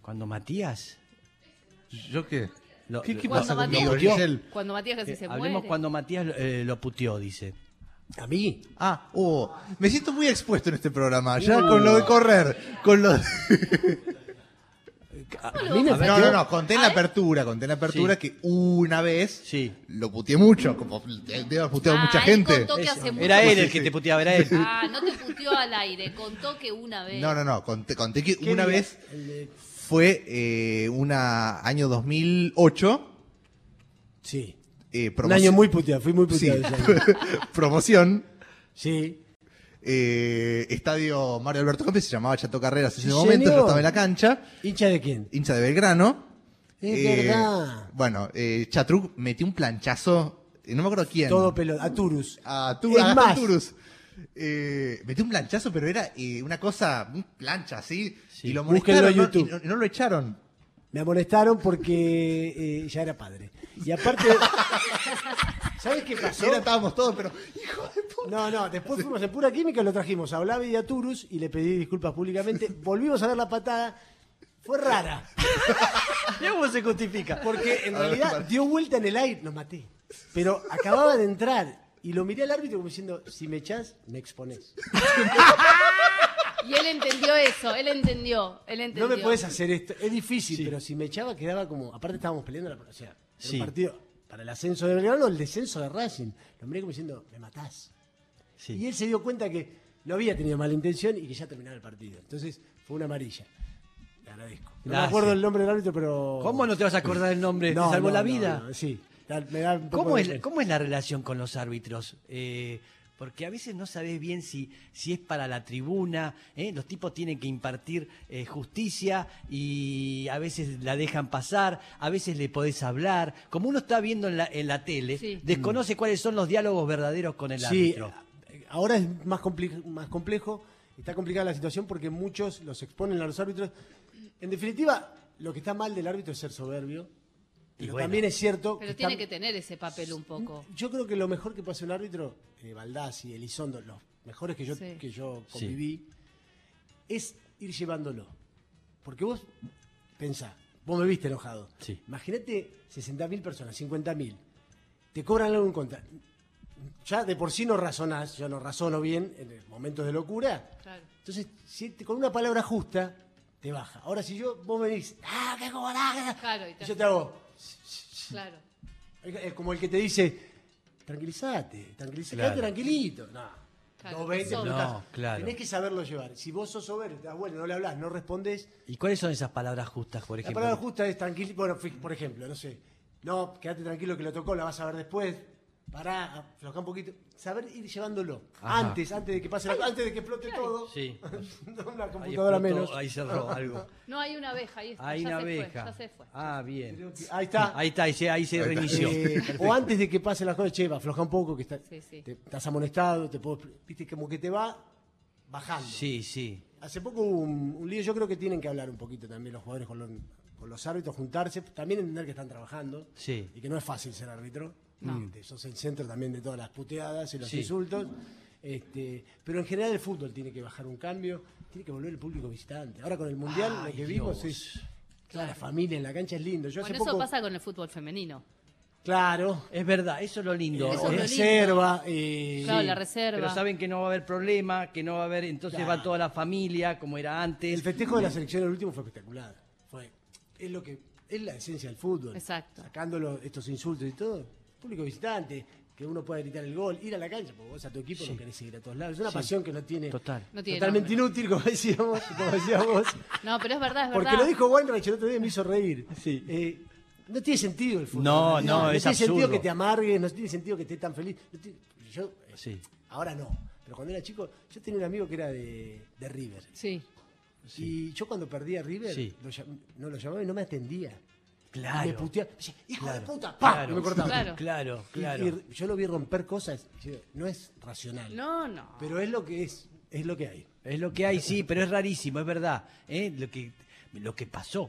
Speaker 1: cuando Matías
Speaker 4: ¿Yo qué?
Speaker 1: Lo-
Speaker 4: ¿Qué, qué
Speaker 1: Cuando
Speaker 4: pasa con
Speaker 3: Matías-
Speaker 4: Gabriel?
Speaker 1: Gabriel.
Speaker 3: Cuando Matías casi
Speaker 1: eh,
Speaker 3: se
Speaker 1: hablemos
Speaker 3: muere.
Speaker 1: cuando Matías eh, lo puteó, dice.
Speaker 2: A mí,
Speaker 4: Ah, oh, me siento muy expuesto en este programa, ya
Speaker 1: Uh.
Speaker 4: con lo de correr, con lo de-
Speaker 2: a mí me
Speaker 4: No, no, no,
Speaker 2: pateó.
Speaker 4: conté en la apertura, conté en la apertura
Speaker 1: Sí.
Speaker 4: que una vez
Speaker 1: Sí.
Speaker 4: lo puteé mucho, como debe haber puteado
Speaker 3: Ah,
Speaker 4: mucha
Speaker 3: él
Speaker 4: gente.
Speaker 3: contó que hace mucho-
Speaker 1: Era él el
Speaker 4: Sí,
Speaker 1: que
Speaker 4: sí.
Speaker 1: te puteaba, era él.
Speaker 3: Ah, no te puteó al aire, contó que una vez.
Speaker 4: No, no, no, conté, conté que
Speaker 2: ¿Qué
Speaker 4: una
Speaker 2: día?
Speaker 4: vez
Speaker 2: El de-
Speaker 4: fue eh, una año 2008,
Speaker 2: Sí.
Speaker 4: eh,
Speaker 2: Un
Speaker 4: promoci-
Speaker 2: año muy puteado, fui muy
Speaker 4: Sí.
Speaker 2: puteado. ese año.
Speaker 4: promoción,
Speaker 2: Sí.
Speaker 4: eh, estadio Mario Alberto Campes, se llamaba Chato Carreras en
Speaker 2: Sí,
Speaker 4: ese momento,
Speaker 2: señor.
Speaker 4: yo estaba en la cancha,
Speaker 2: ¿Hincha de quién?
Speaker 4: hincha de Belgrano.
Speaker 2: Es verdad.
Speaker 4: Bueno, eh, Chatruc metió un planchazo, eh, no me acuerdo quién.
Speaker 2: Todo pelota. A Turus.
Speaker 4: a tu,
Speaker 2: Es
Speaker 4: a
Speaker 2: más.
Speaker 4: Turus. Eh, metió un planchazo, pero era eh, una cosa, un plancha así,
Speaker 1: Sí.
Speaker 4: y lo
Speaker 2: Búsquenlo
Speaker 4: molestaron
Speaker 2: en
Speaker 4: ¿no?
Speaker 2: YouTube.
Speaker 4: y no- y no lo echaron.
Speaker 2: Me amonestaron porque eh, ya era padre. Y aparte. ¿Sabes qué pasó?
Speaker 4: Era, estábamos todos, pero hijo de puta.
Speaker 2: No, no, después fuimos en pura química, lo trajimos a Olavi y a Turus y le pedí disculpas públicamente. Volvimos a ver la patada. Fue rara,
Speaker 1: Mirá cómo se justifica?
Speaker 2: porque en
Speaker 4: A ver,
Speaker 2: realidad
Speaker 4: para.
Speaker 2: dio vuelta en el aire. Lo maté. Pero acababa de entrar Y lo miré al árbitro como diciendo, si me echás, me exponés.
Speaker 3: Y él entendió eso, él entendió, él entendió.
Speaker 2: No me podés hacer esto. Es difícil,
Speaker 1: Sí.
Speaker 2: pero si me echaba quedaba como. Aparte estábamos peleando la. O sea, era un
Speaker 1: Sí.
Speaker 2: partido para el ascenso de Belgrano o el descenso de Racing. Lo miré como diciendo, me matás.
Speaker 1: Sí.
Speaker 2: Y él se dio cuenta que no había tenido mala intención y que ya terminaba el partido. Entonces, fue una amarilla. Le agradezco. No me
Speaker 1: Gracias.
Speaker 2: acuerdo el nombre del árbitro, pero.
Speaker 1: ¿Cómo no te vas a acordar el nombre?
Speaker 2: No,
Speaker 1: te salvó
Speaker 2: no,
Speaker 1: la
Speaker 2: no,
Speaker 1: vida.
Speaker 2: no, sí. Da- me da un poco
Speaker 1: ¿Cómo
Speaker 2: de
Speaker 1: es,
Speaker 2: pena.
Speaker 1: ¿Cómo es la relación con los árbitros? Eh, porque a veces no sabes bien si, si es para la tribuna, ¿eh? los tipos tienen que impartir eh, justicia y a veces la dejan pasar, a veces le podés hablar. Como uno está viendo en la, en la tele,
Speaker 3: Sí.
Speaker 1: desconoce cuáles son los diálogos verdaderos con el
Speaker 2: Mm. Sí,
Speaker 1: árbitro.
Speaker 2: eh, ahora es más, compli- más complejo, está complicada la situación porque muchos los exponen a los árbitros. En definitiva, lo que está mal del árbitro es ser soberbio.
Speaker 1: Y
Speaker 2: Pero
Speaker 1: bueno.
Speaker 2: también es cierto.
Speaker 3: Pero
Speaker 2: que
Speaker 3: tiene
Speaker 2: está-
Speaker 3: que tener ese papel un poco.
Speaker 2: Yo creo que lo mejor que puede hacer un árbitro, eh, Baldassi, Elizondo, los mejores que yo,
Speaker 3: Sí.
Speaker 2: que yo
Speaker 1: Sí.
Speaker 2: conviví, es ir llevándolo. Porque vos, pensá, vos me viste enojado.
Speaker 1: Sí.
Speaker 2: Imagínate 60.000 personas, 50.000. Te cobran algo en contra. Ya de por sí no razonás, yo no razono bien en momentos de locura.
Speaker 3: Claro.
Speaker 2: Entonces, si te- con una palabra justa, te baja. Ahora, si yo, vos me dices, ah, qué cobarde",
Speaker 3: Claro, y te
Speaker 2: yo
Speaker 3: hace-
Speaker 2: te hago,
Speaker 3: Claro.
Speaker 2: es como el que te dice, tranquilízate, tranquilízate,
Speaker 1: Claro.
Speaker 2: quédate tranquilito. No,
Speaker 3: Claro,
Speaker 2: no, vente,
Speaker 3: sos-
Speaker 2: no
Speaker 1: No,
Speaker 2: estás-
Speaker 1: claro.
Speaker 2: Tenés que saberlo llevar. Si vos sos soberbio, estás bueno, no le hablas, no respondes.
Speaker 1: ¿Y cuáles son esas palabras justas, por
Speaker 2: La
Speaker 1: ejemplo?
Speaker 2: palabra justa es tranquilo. Bueno, fi- por ejemplo, no sé. No, quédate tranquilo que lo tocó, la vas a ver después. Pará, aflojá un poquito. Saber ir llevándolo.
Speaker 1: Ajá.
Speaker 2: Antes, antes de que pase la- antes de que explote todo.
Speaker 1: Sí. Ahí
Speaker 2: Una computadora
Speaker 1: explotó,
Speaker 2: menos.
Speaker 1: Ahí cerró algo.
Speaker 3: No, hay una abeja, ahí está.
Speaker 1: Hay
Speaker 3: ya
Speaker 1: una
Speaker 3: se
Speaker 1: abeja.
Speaker 3: Fue, ya se fue.
Speaker 1: Ah,
Speaker 2: Creo
Speaker 1: bien.
Speaker 2: que- ahí está.
Speaker 1: Ahí está, ahí se, ahí se
Speaker 4: Ahí está.
Speaker 1: reinició.
Speaker 2: Eh, o antes de que pasen las cosas, che, afloja un poco, que está-
Speaker 3: Sí, sí.
Speaker 2: te- estás amonestado, te puedo, viste, como que te va bajando.
Speaker 1: Sí, sí.
Speaker 2: Hace poco hubo un, un lío, yo creo que tienen que hablar un poquito también los jugadores con los, con los árbitros, juntarse, también entender que están trabajando
Speaker 1: Sí.
Speaker 2: y que no es fácil ser árbitro.
Speaker 3: No.
Speaker 2: porque Sos el centro también de todas las puteadas y los
Speaker 1: Sí.
Speaker 2: insultos. Este, pero en general el fútbol tiene que bajar un cambio, tiene que volver el público visitante. Ahora con el mundial
Speaker 1: Ay,
Speaker 2: lo que vimos
Speaker 1: Dios.
Speaker 2: es toda la familia en la cancha es lindo. Yo
Speaker 3: Bueno,
Speaker 2: hace
Speaker 3: eso
Speaker 2: poco,
Speaker 3: pasa con el fútbol femenino.
Speaker 2: claro,
Speaker 1: Es verdad, eso es lo lindo.
Speaker 3: Eso
Speaker 1: ¿eh?
Speaker 3: es lo
Speaker 2: reserva. eh,
Speaker 3: Claro,
Speaker 1: Sí,
Speaker 3: la reserva.
Speaker 1: Pero saben que no va a haber problema, que no va a haber, entonces
Speaker 2: Claro.
Speaker 1: va toda la familia como era
Speaker 2: El
Speaker 1: antes.
Speaker 2: festejo de la selección el último fue espectacular. Fue, es lo que es la esencia del fútbol.
Speaker 3: Exacto.
Speaker 2: Sacando los- estos insultos y todo. Público visitante, que uno pueda gritar el gol, ir a la cancha, porque vos a tu equipo no querés ir a todos lados. Es una pasión que no tiene.
Speaker 1: Total.
Speaker 3: No tiene
Speaker 2: totalmente inútil, como decíamos, como decíamos.
Speaker 3: No, pero es verdad, es verdad.
Speaker 2: Porque lo dijo Weinreich el otro día y me hizo reír.
Speaker 1: Sí.
Speaker 2: Eh, no tiene sentido el fútbol.
Speaker 1: No, no, es
Speaker 2: tiene sentido
Speaker 1: absurdo.
Speaker 2: que te amargues, no tiene sentido que estés tan feliz. No tiene- yo, eh,
Speaker 1: Sí.
Speaker 2: ahora no. Pero cuando era chico, yo tenía un amigo que era de, de River.
Speaker 3: Sí.
Speaker 2: Y yo cuando perdí a River,
Speaker 1: Sí.
Speaker 2: lo llam- no lo llamaba y no me atendía.
Speaker 1: Claro.
Speaker 2: Me puteaba. Me decía, hijo de puta, pa,
Speaker 1: claro,
Speaker 2: y me cortaba.
Speaker 3: Claro.
Speaker 1: claro,
Speaker 2: Y-
Speaker 1: claro.
Speaker 2: y yo lo vi romper cosas. y yo, No es racional.
Speaker 3: No, no.
Speaker 2: Pero es lo que es, es lo que hay.
Speaker 1: Es lo que hay, sí, pero es rarísimo, es verdad. ¿eh? Lo, que, lo que pasó,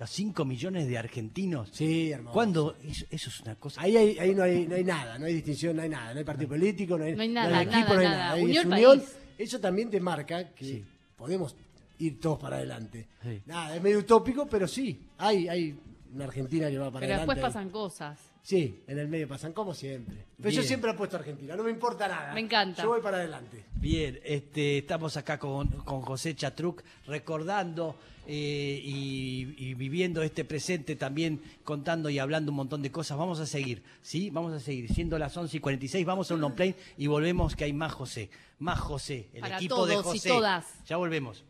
Speaker 1: los 5 millones de argentinos.
Speaker 2: Sí, hermano.
Speaker 1: ¿Cuándo? Eso, eso es una cosa.
Speaker 2: Ahí, hay- ahí no, hay, no hay nada, no hay distinción, no hay nada, no hay partido político, no hay,
Speaker 3: No hay nada,
Speaker 2: equipo, no
Speaker 3: nada,
Speaker 2: hay
Speaker 3: nada.
Speaker 2: nada. Ahí
Speaker 3: Unió
Speaker 2: es
Speaker 3: el
Speaker 2: unión.
Speaker 3: país.
Speaker 2: Eso también te marca que
Speaker 1: Sí.
Speaker 2: podemos ir todos para adelante.
Speaker 1: Sí.
Speaker 2: Nada, es medio utópico, pero sí, hay, hay una Argentina que va para
Speaker 3: Pero
Speaker 2: adelante.
Speaker 3: después
Speaker 2: ahí.
Speaker 3: pasan cosas.
Speaker 2: Sí, en el medio pasan, como siempre. Pero yo
Speaker 1: Bien.
Speaker 2: siempre apuesto a Argentina, no me importa nada.
Speaker 3: Me encanta.
Speaker 2: Yo voy para adelante.
Speaker 1: Bien, este, estamos acá con, con José Chatruc recordando eh, y, y viviendo este presente también, contando y hablando un montón de cosas. Vamos a seguir, ¿sí? Vamos a seguir. Siendo las 11 y 46, vamos a un long play y volvemos que hay más José. Más José, el
Speaker 3: Para
Speaker 1: equipo de
Speaker 3: todos y
Speaker 1: José.
Speaker 3: todas.
Speaker 1: Ya volvemos.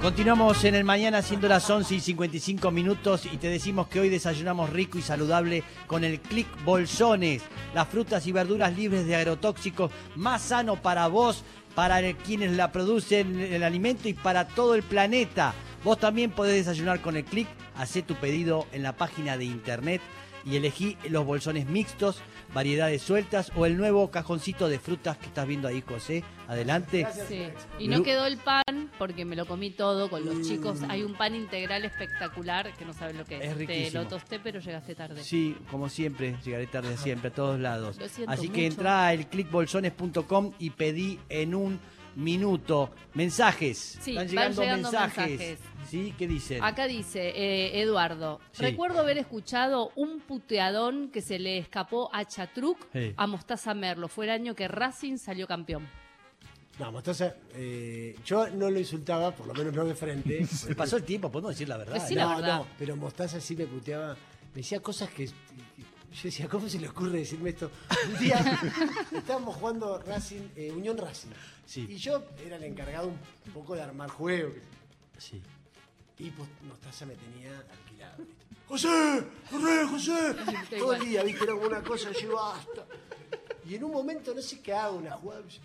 Speaker 1: Continuamos en el mañana siendo las 11 y 55 minutos y te decimos que hoy desayunamos rico y saludable con el Click Bolsones, las frutas y verduras libres de agrotóxicos, más sano para vos, para el- quienes la producen el alimento y para todo el planeta. Vos también podés desayunar con el Click, hacé tu pedido en la página de internet y elegí los bolsones mixtos, variedades sueltas o el nuevo cajoncito de frutas que estás viendo ahí, José. Adelante.
Speaker 3: Sí. Y no quedó el pan porque me lo comí todo con
Speaker 2: Mm.
Speaker 3: los chicos. Hay un pan integral espectacular que no saben lo que es.
Speaker 1: Es
Speaker 3: Te
Speaker 1: riquísimo.
Speaker 3: lo tosté, pero llegaste tarde.
Speaker 1: Sí, como siempre, llegaré tarde siempre, a todos lados.
Speaker 3: Lo siento
Speaker 1: Así que
Speaker 3: mucho.
Speaker 1: entra a clickbolsones.com y pedí en un minuto. Mensajes.
Speaker 3: Sí,
Speaker 1: Están
Speaker 3: van
Speaker 1: llegando,
Speaker 3: llegando
Speaker 1: mensajes.
Speaker 3: mensajes.
Speaker 1: ¿Sí? ¿Qué dicen?
Speaker 3: Acá dice eh, Eduardo,
Speaker 1: Sí.
Speaker 3: recuerdo haber escuchado un puteadón que se le escapó a Chatruc
Speaker 1: Sí.
Speaker 3: a Mostaza Merlo. Fue el año que Racing salió campeón.
Speaker 2: No, Mostaza, eh, yo no lo insultaba, por lo menos no de frente.
Speaker 1: Se pasó el tiempo, podemos decir la verdad.
Speaker 3: Decí
Speaker 1: ¿no?
Speaker 3: la
Speaker 2: no,
Speaker 3: verdad.
Speaker 2: no, pero Mostaza sí me puteaba. Me decía cosas que. que- Yo decía, ¿cómo se le ocurre decirme esto? Un día estábamos jugando Racing, eh, Unión Racing.
Speaker 1: Sí.
Speaker 2: Y yo era el encargado un poco de armar juegos.
Speaker 1: Sí.
Speaker 2: Y pues, Mostaza me tenía alquilado. ¿viste? ¡José! ¡Corre, José! Todo el día, viste, era como una cosa, yo basta. Y en un momento, no sé qué hago, una jugada. me dice,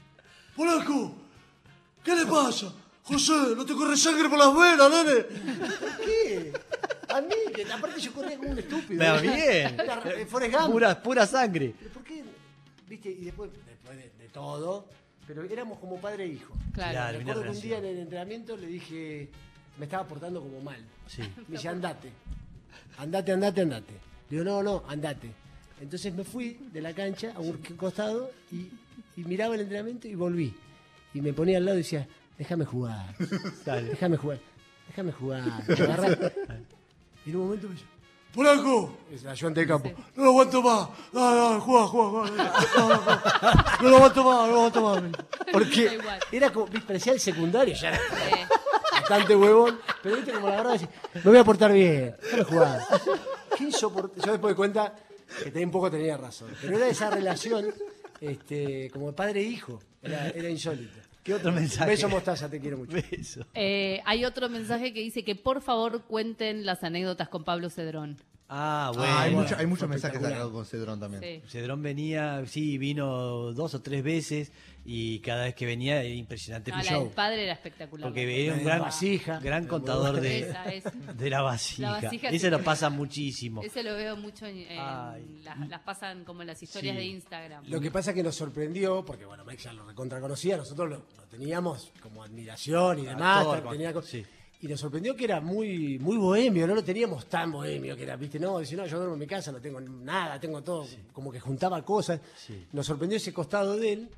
Speaker 2: ¡Polaco! ¿Qué le pasa? José, no te corre sangre por las venas, nene. ¿Por qué? A mí, que aparte yo corría como un estúpido.
Speaker 1: Pero bien.
Speaker 2: La- eh, Forrest Gump.
Speaker 1: Pura, pura sangre.
Speaker 2: ¿Pero ¿Por qué? ¿Viste? Y después, después de, de todo, pero éramos como padre e hijo.
Speaker 1: Claro.
Speaker 3: Claro.
Speaker 1: Terminó
Speaker 2: Recuerdo que un día
Speaker 1: relación.
Speaker 2: en el entrenamiento le dije, me estaba portando como mal.
Speaker 1: Sí.
Speaker 2: Me dice, andate. Andate, andate, andate. Le digo, no, no, andate. Entonces me fui de la cancha a un costado y, y miraba el entrenamiento y volví. Y me ponía al lado y decía, déjame jugar.
Speaker 1: Dale.
Speaker 2: Déjame jugar. Déjame jugar. Agarrá. Y en un momento me dice, ¡Polaco! Es el ayudante de campo. No lo aguanto más. No, no, juega, juega, juega. No, no, no. No lo aguanto más, no lo aguanto más.
Speaker 3: Da
Speaker 2: Porque
Speaker 3: igual.
Speaker 2: era como, viste, parecía el secundario ya. era
Speaker 3: Eh,
Speaker 2: bastante huevón, pero viste como la verdad decís, me voy a portar bien, déjame jugar. Qué insoport- Yo después de cuenta que tenía un poco tenía razón, pero era esa relación este, como padre e hijo, era, era insólito.
Speaker 1: ¿Qué otro mensaje?
Speaker 2: Beso mostaza, te quiero mucho.
Speaker 1: Beso.
Speaker 3: eh, hay otro mensaje que dice que por favor cuenten las anécdotas con Pablo Cedrón.
Speaker 1: Ah, bueno.
Speaker 4: Ah, hay,
Speaker 2: bueno,
Speaker 4: mucho- hay muchos mensajes
Speaker 2: espectacular.
Speaker 4: sacados con Cedrón también.
Speaker 3: Sí.
Speaker 1: Cedrón venía, sí, vino dos o tres veces y cada vez que venía era impresionante
Speaker 3: No,
Speaker 1: el
Speaker 3: la del
Speaker 1: Este show.
Speaker 3: padre era espectacular.
Speaker 1: Porque era
Speaker 2: La
Speaker 1: un
Speaker 2: de la
Speaker 1: gran,
Speaker 2: vasija.
Speaker 1: gran contador de,
Speaker 3: Esa es.
Speaker 1: de la vasija.
Speaker 3: La vasija,
Speaker 1: Ese
Speaker 3: sí.
Speaker 1: lo pasa muchísimo.
Speaker 3: Ese lo veo mucho en, en
Speaker 1: Ay.
Speaker 3: las, las pasan como en las historias
Speaker 1: Sí.
Speaker 3: de Instagram.
Speaker 2: Lo que pasa es que nos sorprendió, porque bueno, Mike ya lo recontra conocía, nosotros lo, lo teníamos como admiración y demás,
Speaker 1: Actor,
Speaker 2: tenía co-
Speaker 1: sí.
Speaker 2: y nos sorprendió que era muy, muy bohemio, no lo teníamos tan bohemio, que era, viste, no, dice, no, yo duermo en mi casa, no tengo nada, tengo todo, como que juntaba cosas.
Speaker 1: Sí.
Speaker 2: Nos sorprendió ese costado de él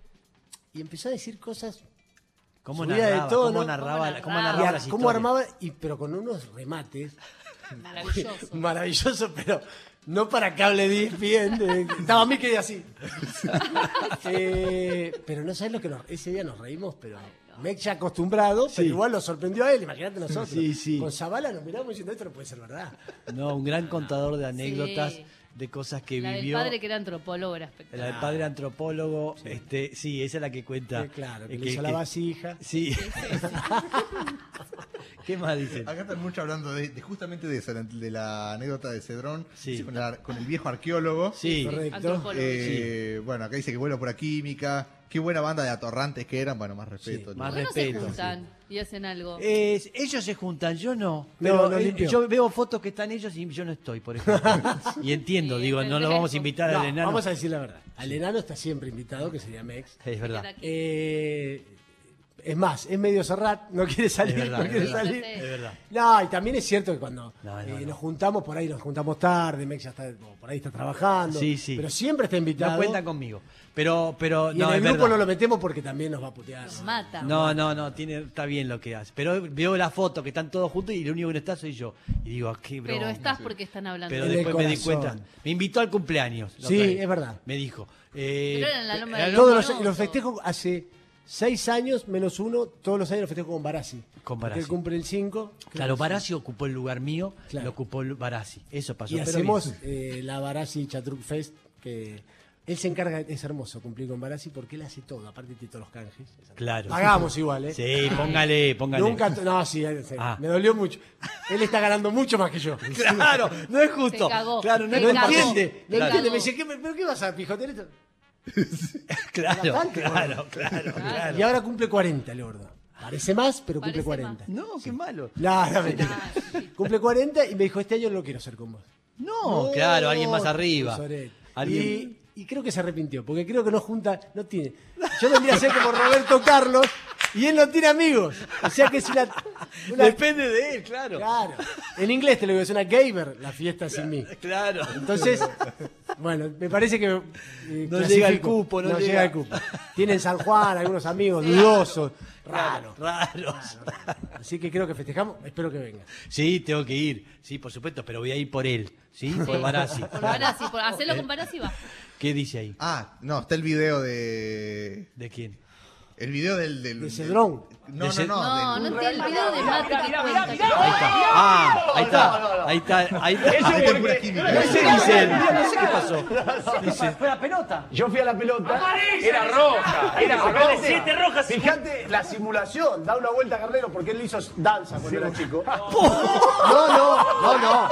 Speaker 2: y empezó a decir cosas
Speaker 1: ¿Cómo
Speaker 2: subida de
Speaker 1: narraba,
Speaker 2: tono,
Speaker 1: cómo narraba,
Speaker 3: cómo
Speaker 1: cómo
Speaker 3: narraba.
Speaker 1: narraba
Speaker 2: y a-
Speaker 1: Ah, las
Speaker 2: cómo
Speaker 1: historias.
Speaker 2: armaba, y, pero con unos remates
Speaker 3: Maravilloso.
Speaker 2: maravillosos, pero no para cable 10 bien. de- E estaba a mí que así. Eh, pero no sabes lo que nos, ese día nos reímos, pero Mex ya acostumbrado, pero igual lo sorprendió a él, imagínate nosotros.
Speaker 1: Sí, sí.
Speaker 2: Con Zavala nos miramos diciendo esto no puede ser verdad.
Speaker 1: No, un gran contador de anécdotas,
Speaker 3: Sí.
Speaker 1: de cosas que
Speaker 3: La del
Speaker 1: vivió.
Speaker 3: padre que era antropólogo era espectacular.
Speaker 1: La del padre antropólogo, este, Ah. sí, esa es la que cuenta.
Speaker 2: Eh, claro, que
Speaker 1: Eh,
Speaker 2: le hizo la vasija.
Speaker 1: Sí. ¿Qué más dicen?
Speaker 4: Acá están mucho hablando de, de justamente de esa, de la anécdota de Cedrón
Speaker 1: Sí.
Speaker 4: con, la- con el viejo arqueólogo.
Speaker 1: Sí,
Speaker 2: Correcto.
Speaker 3: Antropólogo.
Speaker 4: Eh, Bueno, acá dice que vuelo por la química. Qué buena banda de atorrantes que eran. Bueno, más respeto.
Speaker 1: más
Speaker 3: ¿Por qué no se
Speaker 1: respeto. Eh,
Speaker 3: juntan y hacen algo?
Speaker 1: Es- ellos se juntan, yo no. Pero
Speaker 2: No, no
Speaker 1: eh,
Speaker 2: limpió.
Speaker 1: yo veo fotos que están ellos y yo no estoy, por ejemplo. y entiendo,
Speaker 3: Sí,
Speaker 1: digo, no lo vamos a
Speaker 3: pendejo.
Speaker 1: invitar
Speaker 2: No,
Speaker 1: al enano.
Speaker 2: Vamos a decir la verdad. Al enano está siempre invitado, que sería Mex.
Speaker 1: Es verdad.
Speaker 2: Eh, es más, es medio cerrat, no quiere salir,
Speaker 1: Es verdad,
Speaker 2: no
Speaker 1: es
Speaker 2: quiere
Speaker 1: verdad.
Speaker 2: salir.
Speaker 3: Sí,
Speaker 1: Es verdad.
Speaker 2: No, y también es cierto que cuando
Speaker 1: No, es
Speaker 2: eh,
Speaker 1: verdad.
Speaker 2: nos juntamos, por ahí nos juntamos tarde, Mex ya está, o por ahí está trabajando.
Speaker 1: Sí, sí.
Speaker 2: Pero siempre está invitado.
Speaker 1: No cuentan conmigo. Pero, pero,
Speaker 2: y
Speaker 1: no,
Speaker 2: en el
Speaker 1: es
Speaker 2: grupo no
Speaker 1: verdad.
Speaker 2: lo metemos porque también nos va a putear.
Speaker 3: Nos mata.
Speaker 1: No, no, no, tiene, está bien lo que hace. Pero veo la foto que están todos juntos y lo único que no está soy yo. Y digo, ah, qué
Speaker 3: Pero
Speaker 1: bronca.
Speaker 3: estás porque están hablando.
Speaker 1: Pero
Speaker 2: En
Speaker 3: de-
Speaker 2: el
Speaker 1: después me di
Speaker 2: corazón.
Speaker 1: cuenta. Me invitó al cumpleaños. la
Speaker 2: Sí,
Speaker 1: otra vez.
Speaker 2: es verdad.
Speaker 1: Me dijo. eh,
Speaker 3: Pero era en la Loma del
Speaker 1: era
Speaker 2: Todos
Speaker 1: Loma-
Speaker 2: los,
Speaker 3: Luminoso.
Speaker 2: los festejos hace seis años, menos uno, todos los años los festejo con Barassi.
Speaker 1: Con
Speaker 2: Porque
Speaker 1: Barassi.
Speaker 2: Él cumple el cinco.
Speaker 1: Claro, Barassi ocupó el lugar mío,
Speaker 2: Claro.
Speaker 1: lo ocupó el- Barassi. Eso pasó.
Speaker 2: Y
Speaker 1: pero
Speaker 2: hacemos
Speaker 1: bien.
Speaker 2: eh, la Barassi Chatruc Fest, que él se encarga, es hermoso cumplir con Barassi porque él hace todo, aparte de todos los canjes.
Speaker 1: Claro.
Speaker 2: Pagamos igual, ¿eh?
Speaker 1: Sí, póngale, póngale.
Speaker 2: Nunca, no, sí, eh, sí,
Speaker 1: Ah.
Speaker 2: me dolió mucho. Él está ganando mucho más que yo.
Speaker 1: Claro, no es justo.
Speaker 3: Se cagó.
Speaker 1: Claro, no
Speaker 3: Se
Speaker 1: es
Speaker 2: No
Speaker 1: justo.
Speaker 3: cagó.
Speaker 2: entiende, no
Speaker 1: Claro.
Speaker 2: entiende. Me dice, ¿qué, ¿pero qué vas a pijotear esto?
Speaker 1: Claro,
Speaker 2: Bastante,
Speaker 1: claro, claro,
Speaker 2: Y
Speaker 1: claro.
Speaker 2: ahora cumple 40 el gordo. Parece más, pero cumple
Speaker 3: Parece
Speaker 2: 40.
Speaker 1: No, qué malo.
Speaker 2: No, no, mentira.
Speaker 3: Ah, sí.
Speaker 2: Cumple 40 y me dijo, este año no quiero ser con vos.
Speaker 1: No, claro, alguien más arriba.
Speaker 2: Sorete.
Speaker 1: Alguien.
Speaker 2: Y, y creo que se arrepintió, porque creo que no junta, no tiene. Yo tendría que ser como Roberto Carlos y él no tiene amigos. O sea que es una. una-
Speaker 1: Depende de él, claro.
Speaker 2: claro. En inglés te lo digo, es una gamer la fiesta sin mí.
Speaker 1: Claro.
Speaker 2: Entonces, Bueno, me parece que. eh,
Speaker 1: No llega el
Speaker 2: clasifico.
Speaker 1: cupo, no llega.
Speaker 2: llega el cupo. Tienen San Juan, algunos amigos dudosos. Raro.
Speaker 1: Raros.
Speaker 2: Así que creo que festejamos. Espero que vengas.
Speaker 1: Sí, tengo que ir. Sí, por supuesto, pero voy a ir por él. ¿Sí? Por Barassi.
Speaker 3: Por Barassi, por- hacelo con Barassi va.
Speaker 1: ¿Qué dice ahí?
Speaker 4: Ah, no, está el video de.
Speaker 1: ¿De quién?
Speaker 4: El video del. del
Speaker 2: De Cedrón.
Speaker 1: De
Speaker 4: No, no,
Speaker 1: Ced-
Speaker 4: no.
Speaker 3: No,
Speaker 4: del-
Speaker 3: no te olvides de Mati. que cuenta.
Speaker 1: Ahí está. Ah, ahí está. Ahí está. este Ahí está.
Speaker 4: Ah,
Speaker 1: Ahí
Speaker 4: de
Speaker 1: está.
Speaker 4: pura química.
Speaker 1: No sé, dice él. No sé qué pasó.
Speaker 5: Yo fui a la pelota. Era roja. Era roja. Siete rojas. Fíjate la simulación. Da una vuelta a Carnero porque él hizo danza cuando era chico.
Speaker 2: No, no, no, no.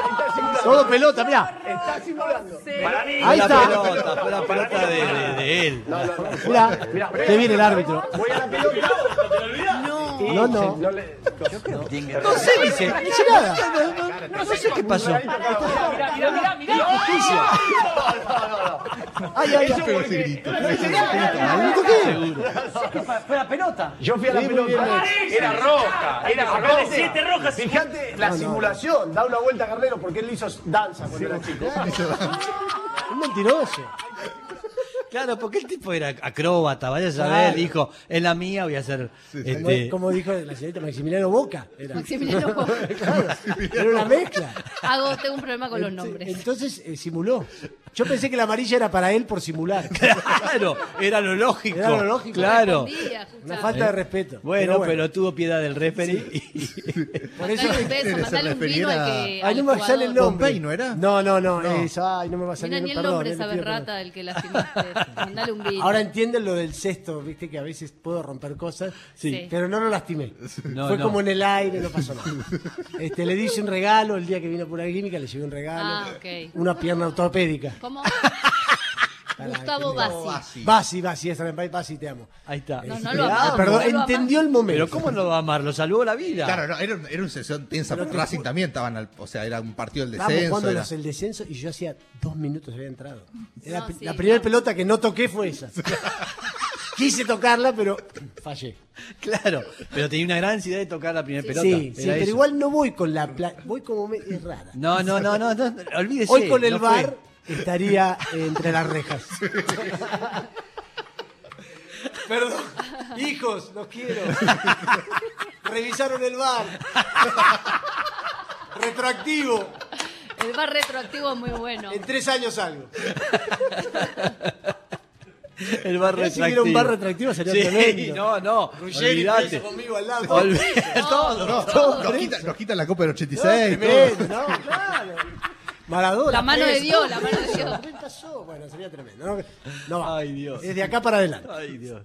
Speaker 2: Todo pelota, mirá.
Speaker 5: Está simulando.
Speaker 6: Para mí,
Speaker 2: Ahí
Speaker 1: Fue
Speaker 2: está.
Speaker 1: la pelota, fue la pelota de, de- de él.
Speaker 5: No, no, no.
Speaker 2: Mirá,
Speaker 5: Mirá,
Speaker 2: te viene el árbitro.
Speaker 5: Voy a la pelota. Y
Speaker 2: No, no.
Speaker 5: se- No, le-
Speaker 1: No sé, dice.
Speaker 2: No dice nada.
Speaker 1: No sé qué pasó.
Speaker 2: Ay, ay,
Speaker 4: Pero ese grito.
Speaker 2: ay. ¿Tú qué?
Speaker 5: Yo fui a la
Speaker 2: Sí, muy bien,
Speaker 5: pelota.
Speaker 6: Lex.
Speaker 5: Era roja. Era roja.
Speaker 6: siete rojas.
Speaker 5: Fíjate la simulación. Da una vuelta a Carnero porque él hizo danza cuando era chico.
Speaker 2: Un mentiroso.
Speaker 1: Claro, porque el tipo era acróbata, vaya a saber,
Speaker 2: Claro.
Speaker 1: dijo, en la mía voy a hacer
Speaker 2: Como,
Speaker 1: este,
Speaker 2: como dijo la señorita Maximiliano Boca. Era,
Speaker 3: Maximiliano Boca.
Speaker 2: Era una mezcla.
Speaker 3: Hago, tengo un problema con los
Speaker 2: Ent-
Speaker 3: nombres.
Speaker 2: Entonces eh, simuló. Yo pensé que la amarilla era para él por simular.
Speaker 1: Claro, era lo lógico.
Speaker 2: Era lo lógico.
Speaker 1: Claro.
Speaker 3: Día, escuchá.
Speaker 2: Una falta de respeto.
Speaker 1: Bueno, pero tuvo piedad del referee.
Speaker 2: Por eso.
Speaker 3: Mandale un beso, mandale un vino al que.
Speaker 2: Ay,
Speaker 3: al
Speaker 2: no me sale el
Speaker 3: jugador.
Speaker 2: nombre.
Speaker 4: Pompey, ¿no era?
Speaker 2: No, no, no.
Speaker 4: No.
Speaker 2: es- ay, no me va a salir
Speaker 3: Mira ni el
Speaker 2: perdón,
Speaker 3: nombre,
Speaker 2: eh, le
Speaker 3: sabes
Speaker 2: pido perdón.
Speaker 3: rata, del que lastimaste. Mandale un vino.
Speaker 2: Ah, Ahora entienden lo del cesto, viste que a veces puedo romper cosas,
Speaker 3: Sí.
Speaker 2: pero no lo lastimé.
Speaker 1: No,
Speaker 2: Fue
Speaker 1: no.
Speaker 2: como en el aire, no pasó nada. Este, le hice un regalo el día que vino Pura Química, le llevé un regalo,
Speaker 3: Ah, ok.
Speaker 2: una pierna ortopédica.
Speaker 3: ¿Cómo? Gustavo Bassi.
Speaker 2: Basi, Basi, esa en Basi, te amo.
Speaker 1: Ahí está.
Speaker 3: No, no
Speaker 2: Este,
Speaker 3: lo amamos,
Speaker 2: ah, perdón,
Speaker 3: no lo
Speaker 2: entendió el momento.
Speaker 1: Pero ¿cómo lo va a amar? Lo salvó la vida.
Speaker 4: Claro, no, era, un- era una sesión tensa, porque Racing también estaban al- o sea, era un partido del
Speaker 2: Estábamos
Speaker 4: descenso.
Speaker 2: jugando
Speaker 4: Era,
Speaker 2: los- el descenso y yo hacía dos minutos había entrado. Era
Speaker 3: No,
Speaker 2: pi-
Speaker 3: sí,
Speaker 2: la primera
Speaker 3: no.
Speaker 2: pelota que no toqué fue esa. Quise tocarla, pero fallé.
Speaker 1: Claro, pero tenía una gran ansiedad de tocar la primera pelota.
Speaker 2: Sí,
Speaker 1: Era
Speaker 2: sí, pero
Speaker 1: eso.
Speaker 2: igual no voy con la pla- voy como me- es rara.
Speaker 1: No, no, no, no, no, no, olvídese.
Speaker 2: Hoy con el
Speaker 1: no
Speaker 2: bar
Speaker 1: fue.
Speaker 2: estaría entre las rejas. Perdón, hijos, los quiero. Revisaron el bar. Retroactivo.
Speaker 3: El bar retroactivo es muy bueno.
Speaker 2: En tres años algo.
Speaker 1: El bar
Speaker 2: Mirá, si
Speaker 1: retractivo.
Speaker 2: hubiera un bar retractivo sería
Speaker 1: sí,
Speaker 2: tremendo.
Speaker 1: No, no.
Speaker 2: Ruggeri
Speaker 1: olvidate.
Speaker 2: preso conmigo al lado.
Speaker 1: Olvi- todo,
Speaker 4: No,
Speaker 1: todo.
Speaker 4: nos, quita- nos quitan la Copa del
Speaker 2: No,
Speaker 4: 86. todo.
Speaker 2: tremendo, no, claro. Maradona.
Speaker 3: La mano de
Speaker 2: preso.
Speaker 3: Dios, la mano de
Speaker 2: Eso,
Speaker 3: Dios.
Speaker 2: ¿qué pasó? Bueno, sería tremendo. No, no va.
Speaker 1: Ay, Dios.
Speaker 2: Desde acá para adelante.
Speaker 1: Ay, Dios.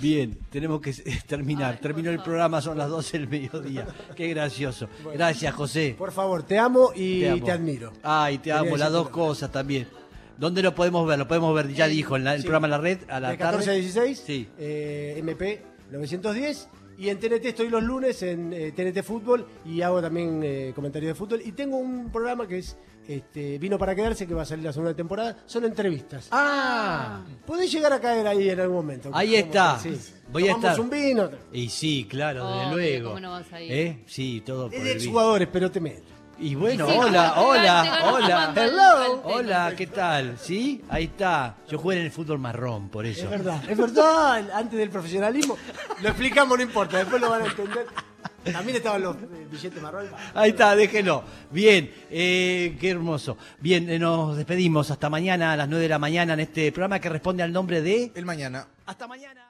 Speaker 1: Bien, tenemos que eh, terminar. Terminó el programa, son las 12 del mediodía. Qué gracioso. Gracias, José.
Speaker 2: Por favor, te amo y te,
Speaker 1: amo.
Speaker 2: admiro.
Speaker 1: Ay, te
Speaker 2: Quería
Speaker 1: amo, las
Speaker 2: decirte
Speaker 1: dos
Speaker 2: lo-
Speaker 1: cosas también. ¿Dónde lo podemos ver? Lo podemos ver, ya dijo, en la- el programa La Red, a la
Speaker 2: Eh, de 14 a
Speaker 1: tarde.
Speaker 2: 16,
Speaker 1: Sí.
Speaker 2: eh, MP 910. Y en TNT estoy los lunes en eh, TNT Fútbol y hago también eh, comentarios de fútbol. Y tengo un programa que es este, Vino para quedarse, que va a salir la segunda temporada. Son entrevistas.
Speaker 1: Ah,
Speaker 2: Podés llegar a caer ahí en algún momento.
Speaker 1: Ahí
Speaker 2: Como
Speaker 1: está.
Speaker 2: que
Speaker 1: Voy a
Speaker 2: Tomamos
Speaker 1: estar.
Speaker 2: un vino.
Speaker 1: y sí, claro, desde
Speaker 3: Obvio,
Speaker 1: luego.
Speaker 3: Oh, ¿cómo no vas a ir?
Speaker 1: ¿Eh? Sí, todo por
Speaker 2: Es
Speaker 1: el
Speaker 2: de
Speaker 1: bien.
Speaker 2: exjugadores, pero te meto.
Speaker 1: Y bueno,
Speaker 3: Sí,
Speaker 1: hola,
Speaker 3: ¿cómo te va? Te
Speaker 1: hola,
Speaker 3: ganó
Speaker 1: hola.
Speaker 3: jugando al-
Speaker 2: Hello.
Speaker 3: al tenis.
Speaker 1: Hola, ¿qué tal? ¿Sí? Ahí está. Yo jugué en el fútbol marrón, por eso.
Speaker 2: Es verdad, es verdad. el- Antes del profesionalismo. Lo explicamos, no importa. Después lo van a entender. También estaban los eh, billetes marrones.
Speaker 1: Ahí está, déjelo. Bien, eh, qué hermoso. Bien, eh, nos despedimos hasta mañana a las 9 de la mañana en este programa que responde al nombre de...
Speaker 4: El mañana.
Speaker 1: Hasta mañana.